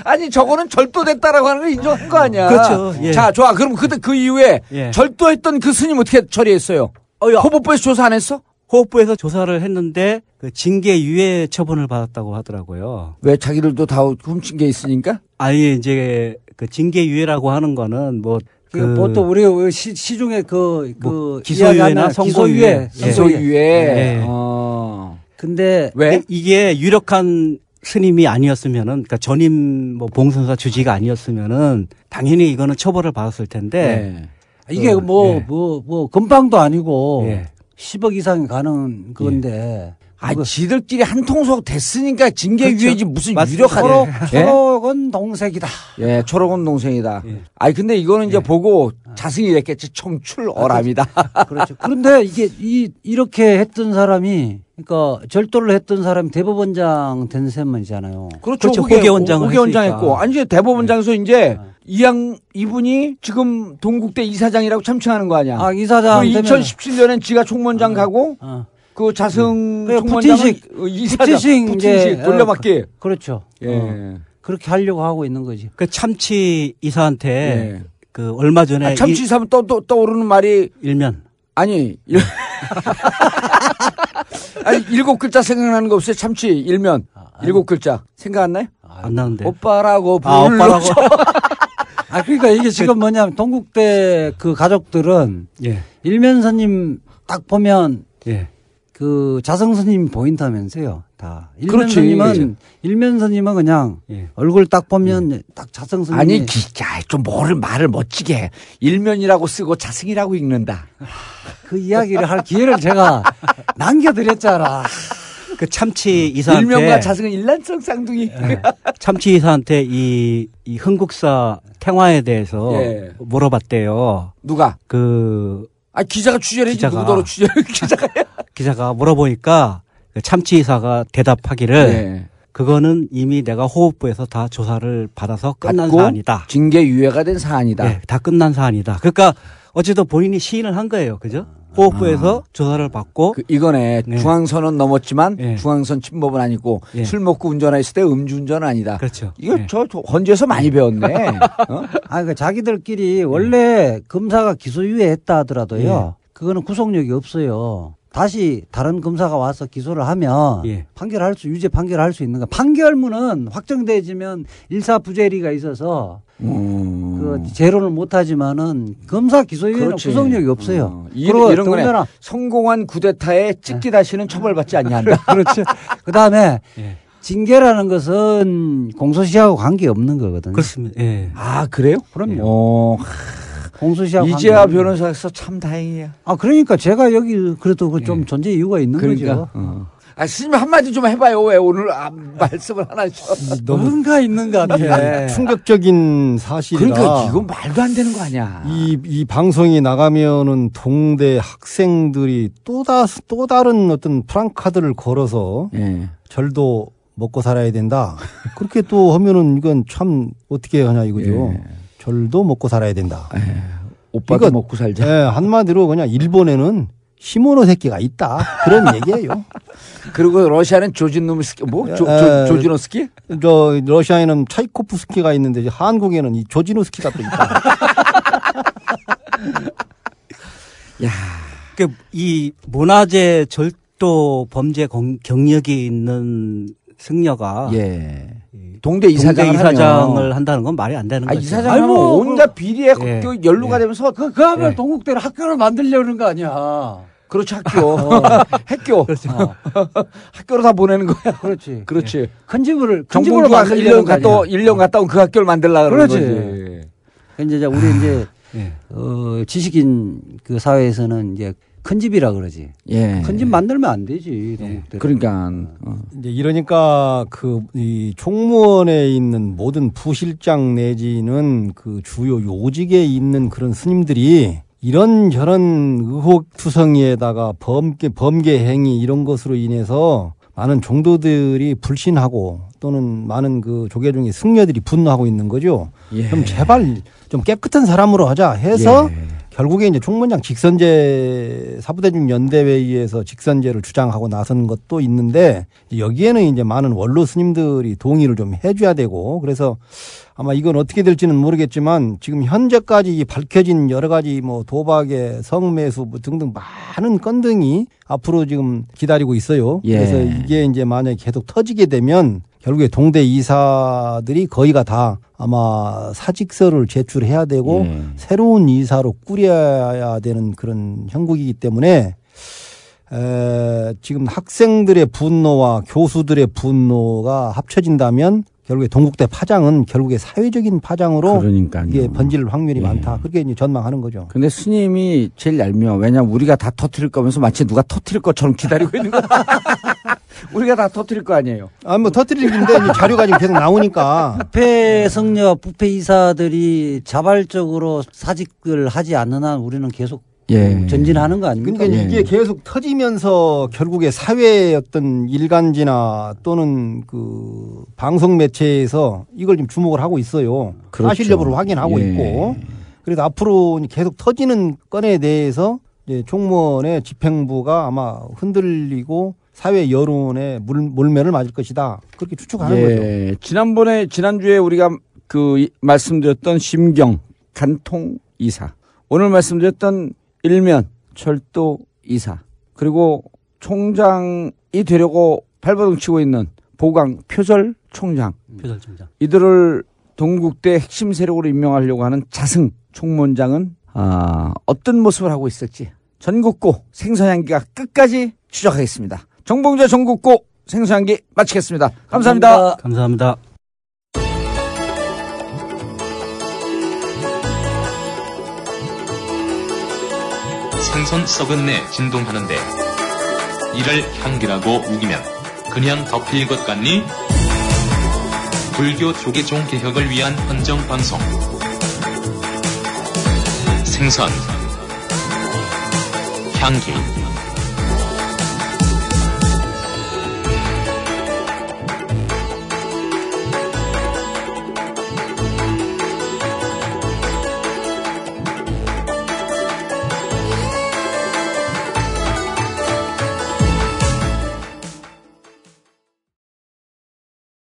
아니 저거는 절도됐다라고 하는 걸 인정한 거 아니야.
그렇죠. 예.
자, 좋아. 그럼 그그 그 이후에
예.
절도했던 그 스님 어떻게 처리했어요? 호법부에서 조사 안 했어?
호흡부에서 조사를 했는데 그 징계 유예 처분을 받았다고 하더라고요.
왜 자기들도 다 훔친 게 있으니까?
아예 이제 그 징계 유예라고 하는 거는 뭐
그 보통 우리 시, 시중에 그, 그,
기소유예나
이야기하는
선고유예.
기소유예.
예.
그 기소유예.
예.
어.
근데
왜?
이게 유력한 스님이 아니었으면은 그러니까 전임 뭐 봉선사 주지가 아니었으면은 당연히 이거는 처벌을 받았을
네.
텐데
예.
이게
그,
뭐,
예.
뭐, 뭐, 건방도 아니고
예.
10억 이상 가는 건데.
아, 지들끼리 한 통속 됐으니까 징계
그렇죠.
유예지 무슨
맞습니다.
유력한
서로,
예?
서로건 동색이다.
예, 초록은 동생이다.
예. 아.
아니 근데 이거는 이제 보고 자승이 됐겠지. 청출어람이다.
그렇죠. 그런데 이게 이 이렇게 했던 사람이 그러니까 절도를 했던 사람이 대법원장 된 셈이잖아요.
<laughs>
그렇죠. 호계원장을
호계원장
했으니까. 예. 아.
했고 아니 이제 대법원장에서 이제 이양 이분이 지금 동국대 이사장이라고 참칭하는 거 아니야.
아, 이사장
그
되면-
2017년엔 지가
아,
총무원장 가고
어.
그 자승
그래,
총무원장
부친식,
이사장
부친식
부친식
이제,
돌려받기.
그렇죠.
예.
어. 그렇게 하려고 하고 있는 거지.
그 참치 이사한테
예.
그 얼마 전에
아, 참치 사면 또, 또 떠오르는 말이
이- 일면
아니. 일- <laughs> 아니 일곱 글자 생각나는 거 없어요? 참치 일면 일곱 글자 생각 안 나요?
아, 안 나는데
오빠라고 불러.
아, 오빠라고?
<laughs>
아 그러니까 이게 지금 뭐냐면 동국대 그 가족들은
예.
일면 선님 딱 보면
예.
그 자성 선님 보인다면서요. 다 일면
그렇지. 예.
선님은 일면 선님은 그냥
예.
얼굴 딱 보면 딱 자성 선님
아니 기자 좀 뭐를 말을 멋지게 해. 일면이라고 쓰고 자승이라고 읽는다.
그 이야기를 할 기회를 제가 남겨드렸잖아.
그 참치 이사한테 예.
일면과 자승은 일란성 쌍둥이.
참치 이사한테 이, 이 흥국사 탱화에 대해서
예.
물어봤대요.
<laughs> 누가?
그
아 기자가 취재를 했지
기자가.
누구 더러 취재
<laughs>
기자가.
기자가 물어보니까 그 참치 이사가 대답하기를
네.
예.
그거는 이미 내가 호흡부에서 다 조사를 받아서 끝난
받고
사안이다.
징계 유예가 된 사안이다.
예, 다 끝난 사안이다. 그러니까 어쨌든 본인이 시인을 한 거예요. 그죠?
아.
호흡부에서 조사를 받고
그 이거네
네.
중앙선은 넘었지만
네.
예.
중앙선 침범은 아니고
예.
술 먹고 운전했을 때 음주운전은 아니다.
그렇죠.
이거
네.
예.
저, 저 헌재에서 많이
<laughs>
배웠네. 어?
아, 그 자기들끼리 원래 검사가 기소유예했다 하더라도요. 그거는 구속력이 없어요. 다시 다른 검사가 와서 기소를 하면
예.
판결할 수 유죄 판결할 수 있는가? 판결문은 확정돼지면 일사부재리가 있어서
음.
그 제로는 못하지만은 검사 기소유예는
그렇지.
구속력이 없어요.
어, 이, 이런 거네. <laughs> 성공한 구데타에
네.
찍기 다시는 처벌받지
<laughs>
않냐한다.
그렇죠. 그 다음에
예.
징계라는 것은 공소시하고 관계 없는 거거든요.
그렇습니다. 예.
아 그래요?
네. 그럼요.
어,
공소시하고
이제야
관계 없는
변호사에서 참 다행이야.
아 그러니까 제가 여기 그래도 그 좀 존재 이유가 있는
그러니까
거죠.
어.
아, 스님 한마디 좀 해봐요. 왜 오늘 아, 말씀을 하나 하셔.
뭔가
있는 것
예.
예.
같아.
충격적인 사실이다.
그러니까 이건 말도 안 되는 거 아니야.
이, 이 방송이 나가면은 동대 학생들이 또, 다, 또 다른 어떤 프랑카드를 걸어서
예.
절도 먹고 살아야 된다. 그렇게 또 하면은 이건 참 어떻게 하냐 이거죠. 절도 먹고 살아야 된다.
오빠도 먹고 살자.
예, 한마디로 그냥 일본에는 시모노 새끼가 있다. 그런 얘기예요.
그리고 러시아는 조진노스키 뭐 조,
에,
조, 조진노스키?
저 러시아에는 차이코프스키가 있는데 이제 한국에는 이 조진우스키가 또 있다.
그이 문화재 절도 범죄 경- 경력이 있는 승려가
예.
이
동대 이사장을
동대 이사장을
하면.
한다는 건 말이 안 되는
아,
거죠.
이사장 하면 온갖
비리에
예.
그 연루가 되면서
그, 그 하면
예.
동국대로 학교를 만들려는 거 아니야.
그렇죠 학교
어,
학교 어. 학교로 다 보내는 거야. 그렇지. 그렇지.
큰 집을 예. 큰 집으로
정부로 가서
만들려는
1년
거 아니야.
갔다 일년 갔다 온 그 학교를 만들라 그러는
그렇지.
거지.
그 이제 이제 우리 이제 어, 지식인 그 사회에서는 이제 큰 집이라 그러지.
예.
큰 집 만들면 안 되지. 동국대로.
그러니까
어.
이제 이러니까 그 이 총무원에 있는 모든 부실장 내지는 그 주요 요직에 있는 그런 스님들이 이런 저런 의혹 투성이에다가 범계 범계 행위 이런 것으로 인해서 많은 종도들이 불신하고 또는 많은 그 조계 중에 승려들이 분노하고 있는 거죠.
예.
그럼 제발 좀 깨끗한 사람으로 하자 해서 결국에 이제 총무장 직선제 사부대중 연대회의에서 직선제를 주장하고 나선 것도 있는데 여기에는 이제 많은 원로 스님들이 동의를 좀 해줘야 되고 그래서 아마 이건 어떻게 될지는 모르겠지만 지금 현재까지 이 밝혀진 여러 가지 뭐 도박의 성매수 뭐 등등 많은 건등이 앞으로 지금 기다리고 있어요.
예.
그래서 이게 이제 만약에 계속 터지게 되면 결국에 동대 이사들이 거의가 다 아마 사직서를 제출해야 되고
예.
새로운 이사로 꾸려야 되는 그런 형국이기 때문에 에, 지금 학생들의 분노와 교수들의 분노가 합쳐진다면 결국에 동국대 파장은 결국에 사회적인 파장으로
그러니까요. 예.
이게 번질 확률이 많다. 그렇게 이제 전망하는 거죠.
근데 스님이 제일 얄미워. 왜냐 면 우리가 다 터트릴 거면서 마치 누가 터트릴 것처럼 기다리고 <laughs> 있는 거야. 우리가 다 터트릴 거 아니에요.
아, 뭐 터뜨리는데 자료가 지금 계속 나오니까
부패 성녀, 부패 이사들이 자발적으로 사직을 하지 않는 한 우리는 계속
예.
전진하는 거 아닙니까?
그러니까 이게 계속 터지면서 결국에 사회의 어떤 일간지나 또는 그 방송 매체에서 이걸 좀 주목을 하고 있어요.
그렇죠.
사실 여부를 확인하고
예.
있고. 그래서 앞으로 계속 터지는 건에 대해서 이제 총무원의 집행부가 아마 흔들리고 사회 여론의 물, 몰매를 맞을 것이다. 그렇게 추측하는 거죠.
예. 지난번에 지난주에 우리가 그 이- 말씀드렸던 심경 간통 이사 오늘 말씀드렸던 일면 철도 이사 그리고 총장이 되려고 발버둥 치고 있는 보강 음. 표절 총장
표절점장.
이들을 동국대 핵심 세력으로 임명하려고 하는 자승 총무원장은 아, 어떤 모습을 하고 있을지 전국고 생선향기가 끝까지 추적하겠습니다. 정봉재 전국고 생선향기 마치겠습니다. 감사합니다.
감사합니다.
생선 썩은 내 진동하는데 이를 향기라고 우기면 그냥 덮일 것 같니? 불교 조계종 개혁을 위한 헌정 방송 생선 향기